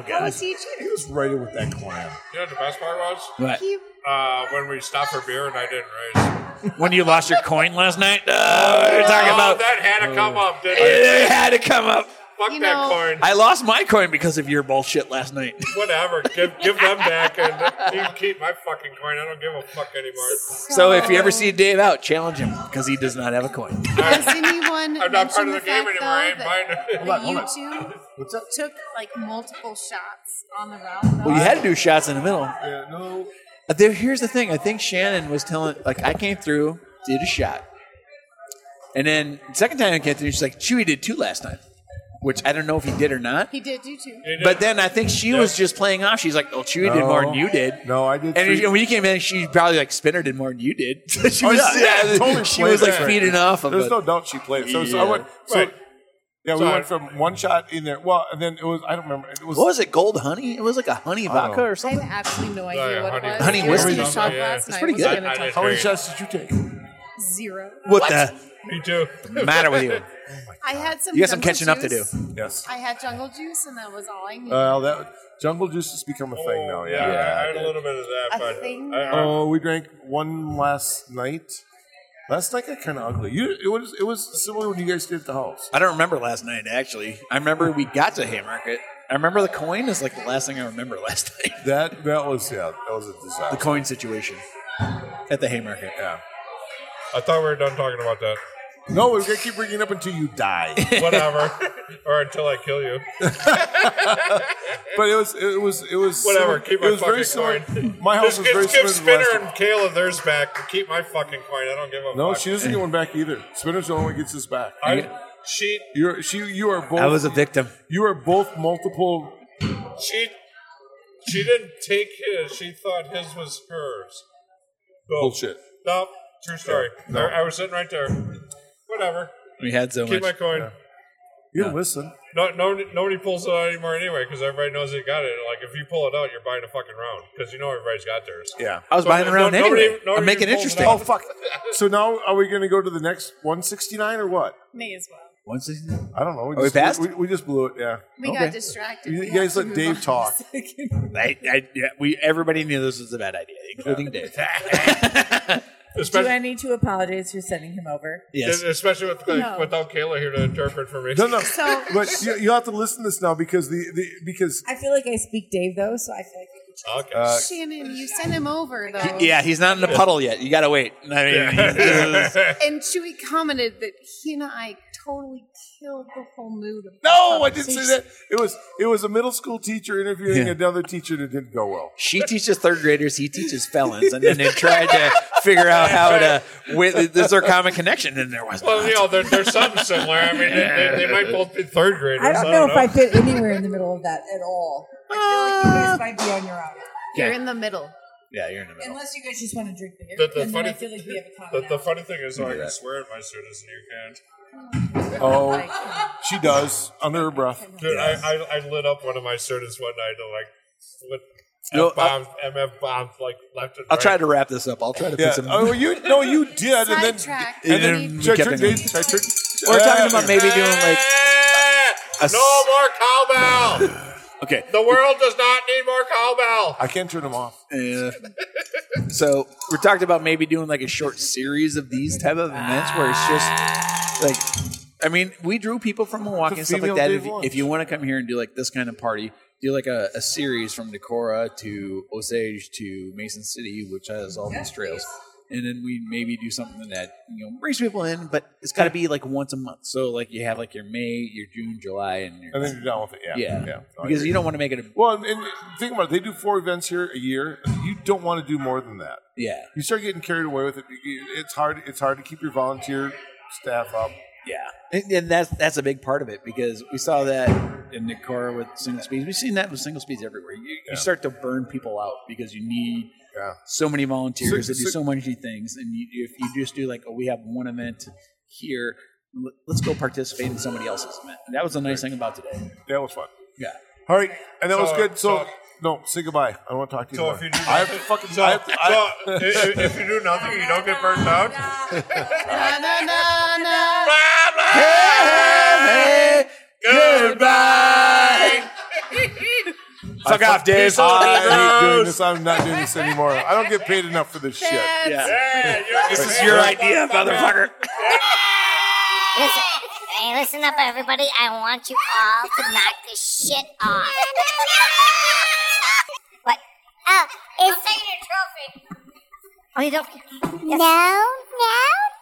[SPEAKER 7] How
[SPEAKER 6] god.
[SPEAKER 7] is he a
[SPEAKER 2] He
[SPEAKER 7] cheater?
[SPEAKER 2] was right in with that clan.
[SPEAKER 12] you know what the best part was
[SPEAKER 6] What?
[SPEAKER 7] He,
[SPEAKER 12] uh, when we stopped for beer and I didn't raise.
[SPEAKER 6] When you lost your coin last night? Oh, you're talking
[SPEAKER 12] oh,
[SPEAKER 6] about
[SPEAKER 12] that had to come up, didn't it?
[SPEAKER 6] it had to come up.
[SPEAKER 12] Fuck
[SPEAKER 7] You
[SPEAKER 12] that
[SPEAKER 7] know-
[SPEAKER 12] corn.
[SPEAKER 6] I lost my coin because of your bullshit last night.
[SPEAKER 12] Whatever. Give give them back and you can keep my fucking coin. I don't give a fuck anymore.
[SPEAKER 6] So if you ever see Dave out, challenge him because he does not have a coin.
[SPEAKER 9] Has anyone
[SPEAKER 12] I'm not part
[SPEAKER 9] mentioned
[SPEAKER 12] of
[SPEAKER 9] the
[SPEAKER 12] the game
[SPEAKER 9] fact
[SPEAKER 12] anymore. I ain't
[SPEAKER 9] though
[SPEAKER 12] buying it.
[SPEAKER 9] that you two took like multiple shots on the route?
[SPEAKER 6] Well, you had to do shots in the middle.
[SPEAKER 2] Yeah, no.
[SPEAKER 6] But Uh, There, here's the thing. I think Shannon was telling, like, I came through, did a shot. And then second time I came through, she's like, Chewy did two last time, which I don't know if he did or not.
[SPEAKER 9] He did do two.
[SPEAKER 6] But then I think she was just playing off. She's like, "Oh, Chewy did more than you did."
[SPEAKER 2] No, I did.
[SPEAKER 6] And
[SPEAKER 2] three-
[SPEAKER 6] when you came in, she probably like Spinner did more than you did. So she
[SPEAKER 2] Oh,
[SPEAKER 6] was,
[SPEAKER 2] yeah, yeah, totally
[SPEAKER 6] she
[SPEAKER 2] played
[SPEAKER 6] was like
[SPEAKER 2] that.
[SPEAKER 6] feeding off of
[SPEAKER 2] There's
[SPEAKER 6] it.
[SPEAKER 2] no doubt she played. So, so I
[SPEAKER 6] Yeah.
[SPEAKER 2] went. So,
[SPEAKER 12] Right.
[SPEAKER 2] Yeah, we
[SPEAKER 12] So I-
[SPEAKER 2] went from one shot in there. Well, and then it was. I don't remember. It was.
[SPEAKER 6] what was it? Gold honey? It was like a honey vodka or
[SPEAKER 9] I have
[SPEAKER 6] something.
[SPEAKER 9] absolutely no idea
[SPEAKER 12] Sorry, Oh,
[SPEAKER 9] what
[SPEAKER 12] honey-
[SPEAKER 9] it was.
[SPEAKER 6] honey
[SPEAKER 9] It was
[SPEAKER 6] whiskey.
[SPEAKER 9] in the shop
[SPEAKER 12] Yeah.
[SPEAKER 9] last
[SPEAKER 6] It's
[SPEAKER 9] night.
[SPEAKER 6] pretty
[SPEAKER 9] was
[SPEAKER 6] good.
[SPEAKER 9] gonna
[SPEAKER 12] I- I
[SPEAKER 9] talk
[SPEAKER 12] did.
[SPEAKER 2] How many shots did you take?
[SPEAKER 9] Zero.
[SPEAKER 6] What, the
[SPEAKER 12] Me too.
[SPEAKER 6] matter with you?
[SPEAKER 9] I had some.
[SPEAKER 6] You got some
[SPEAKER 9] jungle
[SPEAKER 6] catching up to
[SPEAKER 9] juice.
[SPEAKER 2] Yes.
[SPEAKER 9] I had jungle juice, and that was all I needed.
[SPEAKER 2] Uh, that jungle juice has become a thing
[SPEAKER 6] Oh,
[SPEAKER 2] now. Yeah.
[SPEAKER 12] I, I had a little bit of that,
[SPEAKER 9] A
[SPEAKER 12] but
[SPEAKER 9] thing?
[SPEAKER 12] I, I,
[SPEAKER 2] Oh, we drank one last night. Last night got kind of ugly. You, it was it was similar when you guys did at the house.
[SPEAKER 6] I don't remember last night actually. I remember we got to Haymarket. I remember the coin is like the last thing I remember last night.
[SPEAKER 2] That that was yeah, that was a
[SPEAKER 6] The
[SPEAKER 2] disaster.
[SPEAKER 6] coin situation at the Haymarket.
[SPEAKER 2] yeah.
[SPEAKER 12] I thought we were done talking about that.
[SPEAKER 2] No, we're gonna keep bringing it up until you die.
[SPEAKER 12] Whatever, or until I kill you.
[SPEAKER 2] but it was it was it was
[SPEAKER 12] Whatever,
[SPEAKER 2] similar-
[SPEAKER 12] keep
[SPEAKER 2] it
[SPEAKER 12] my
[SPEAKER 2] was very similar.
[SPEAKER 12] fucking coin.
[SPEAKER 2] My house
[SPEAKER 12] just
[SPEAKER 2] was
[SPEAKER 12] give,
[SPEAKER 2] very
[SPEAKER 12] give
[SPEAKER 2] similar. to the
[SPEAKER 12] Spinner
[SPEAKER 2] last
[SPEAKER 12] and Kayla theirs back. but Keep my fucking coin. I don't give a
[SPEAKER 2] one. No,
[SPEAKER 12] fuck.
[SPEAKER 2] she doesn't get one back either. Spinner's the only one who gets this back.
[SPEAKER 12] I, she
[SPEAKER 2] You're she you are both.
[SPEAKER 6] I was a victim.
[SPEAKER 2] You are both multiple.
[SPEAKER 12] she she didn't take his. She thought his was hers.
[SPEAKER 2] Bullshit.
[SPEAKER 12] No, true story.
[SPEAKER 2] No.
[SPEAKER 12] I, I was sitting right there. Whatever.
[SPEAKER 6] We had so
[SPEAKER 12] Keep
[SPEAKER 6] much.
[SPEAKER 12] my coin.
[SPEAKER 2] You listen.
[SPEAKER 12] No, no, nobody pulls it out anymore anyway because everybody knows they got it. Like if you pull it out, you're buying a fucking round because you know everybody's got theirs.
[SPEAKER 2] Yeah,
[SPEAKER 6] I was buying a round
[SPEAKER 12] nobody-
[SPEAKER 6] anyway. I'm
[SPEAKER 12] nobody
[SPEAKER 6] making it
[SPEAKER 12] pulls
[SPEAKER 6] interesting.
[SPEAKER 12] out.
[SPEAKER 6] Oh, fuck.
[SPEAKER 2] So now are we gonna go to the next 169 or what?
[SPEAKER 13] May as well.
[SPEAKER 6] One sixty.
[SPEAKER 2] I don't know. We
[SPEAKER 6] Are we
[SPEAKER 2] just,
[SPEAKER 6] passed?
[SPEAKER 2] We, we just blew it. Yeah.
[SPEAKER 13] We got distracted.
[SPEAKER 2] You
[SPEAKER 13] We
[SPEAKER 2] guys
[SPEAKER 13] have to
[SPEAKER 2] let
[SPEAKER 13] move
[SPEAKER 2] Dave
[SPEAKER 13] on.
[SPEAKER 2] talk.
[SPEAKER 6] I, I, yeah, we everybody knew this was a bad idea, including Dave.
[SPEAKER 12] Especially-
[SPEAKER 14] Do I need to apologize for sending him over?
[SPEAKER 12] Especially with like,
[SPEAKER 14] No.
[SPEAKER 12] without Kayla here to interpret for me.
[SPEAKER 2] No, no.
[SPEAKER 14] So-
[SPEAKER 2] but you, you have to listen to this now because the, the because
[SPEAKER 14] I feel like I speak Dave though, so I feel like
[SPEAKER 12] Okay.
[SPEAKER 2] Uh,
[SPEAKER 13] Shannon, you sent him over though.
[SPEAKER 6] yeah, he's not in the puddle yet. You gotta wait. I mean, this is-
[SPEAKER 13] And Chewy commented that he and I totally killed the whole mood. Of
[SPEAKER 2] no, I didn't say that. It was it was a middle school teacher interviewing
[SPEAKER 6] Yeah.
[SPEAKER 2] another teacher that didn't go well.
[SPEAKER 6] she teaches third graders, he teaches felons, and then they tried to figure out how to. With, is there a common connection? And there was.
[SPEAKER 12] Well, you know, there, there's something similar. I mean, they, they, they might both be third graders.
[SPEAKER 14] I don't know if I fit anywhere in the middle of that at all. I feel like you guys might be on your own.
[SPEAKER 12] You're
[SPEAKER 13] in the middle.
[SPEAKER 6] Yeah, you're in the
[SPEAKER 14] Unless you guys just want to drink beer.
[SPEAKER 12] The, the
[SPEAKER 14] and
[SPEAKER 12] funny,
[SPEAKER 14] then I feel like we have a common
[SPEAKER 12] the, the funny thing is, though, I
[SPEAKER 2] Yeah.
[SPEAKER 12] can swear in my students, and you can't.
[SPEAKER 2] Oh, she does under her breath.
[SPEAKER 12] Dude, I, I, I lit up one of my students one night to like with
[SPEAKER 6] No,
[SPEAKER 12] F bombs, MF bombs, like left and
[SPEAKER 6] I'll
[SPEAKER 12] right.
[SPEAKER 6] try to wrap this up. I'll try to
[SPEAKER 2] Yeah.
[SPEAKER 6] put some.
[SPEAKER 2] Oh, you no, you did, and then
[SPEAKER 13] Sidetracked.
[SPEAKER 2] and
[SPEAKER 6] And then
[SPEAKER 2] then
[SPEAKER 6] we
[SPEAKER 2] check
[SPEAKER 6] kept
[SPEAKER 2] your
[SPEAKER 6] it going.
[SPEAKER 2] dates, check your-
[SPEAKER 6] We're talking about maybe doing like. a s-
[SPEAKER 12] No more cowbell.
[SPEAKER 6] Okay.
[SPEAKER 12] the world does not need more cowbell.
[SPEAKER 2] I can't turn them off.
[SPEAKER 6] Yeah. so we're talking about maybe doing like a short series of these type of events where it's just like I mean, we drew people from Milwaukee
[SPEAKER 3] It's a
[SPEAKER 6] and
[SPEAKER 3] female
[SPEAKER 6] stuff like that.
[SPEAKER 3] day
[SPEAKER 6] If,
[SPEAKER 3] of lunch.
[SPEAKER 6] if you want to come here and do like this kind of party, do like a, a series from Decorah to Osage to Mason City, which has all these trails. And then we maybe do something that you know brings people in, but it's got to be like once a month. So like you have like your May, your June, July, and your
[SPEAKER 2] And then you're done with it. Yeah,
[SPEAKER 6] yeah,
[SPEAKER 2] yeah. No, I
[SPEAKER 6] because
[SPEAKER 2] agree.
[SPEAKER 6] you don't want to make it a
[SPEAKER 2] Well, and, and think about it. They do four events here a year. You don't want to do more than that.
[SPEAKER 6] yeah
[SPEAKER 2] You start getting carried away with it. You- you- It's hard. It's hard to keep your volunteer staff up.
[SPEAKER 6] Yeah, and, and that's that's a big part of it because we saw that in Nikora with single speeds. We've seen that with single speeds everywhere. You,
[SPEAKER 2] Yeah.
[SPEAKER 6] you start to burn people out because you need
[SPEAKER 2] Yeah.
[SPEAKER 6] so many volunteers
[SPEAKER 2] So-
[SPEAKER 6] that do
[SPEAKER 2] so-
[SPEAKER 6] so many things, and you, if you just do like, oh, we have one event here, l- let's go participate in somebody else's event. And that was the nice thing about today.
[SPEAKER 2] That was fun.
[SPEAKER 6] Yeah.
[SPEAKER 2] All right, and that
[SPEAKER 12] So-
[SPEAKER 2] was good. So,
[SPEAKER 12] so-
[SPEAKER 2] no, say goodbye. I want to talk to you.
[SPEAKER 12] So
[SPEAKER 2] more.
[SPEAKER 12] if you do
[SPEAKER 2] I have to
[SPEAKER 12] nothing-
[SPEAKER 2] fucking.
[SPEAKER 12] so,
[SPEAKER 2] I have to- I-
[SPEAKER 12] so i- i- if you do nothing, you don't get burned out.
[SPEAKER 13] Na, na, na, na.
[SPEAKER 6] goodbye. Fuck
[SPEAKER 2] I
[SPEAKER 6] off, Dave.
[SPEAKER 2] fucking- I hate
[SPEAKER 6] Bye.
[SPEAKER 2] doing this. I'm not doing this anymore. I don't get paid enough for this shit.
[SPEAKER 6] This is your idea, motherfucker.
[SPEAKER 15] Listen, hey, listen up, everybody. I want you all to knock this shit off. what? Oh, it's your trophy. Oh, you don't. No, no,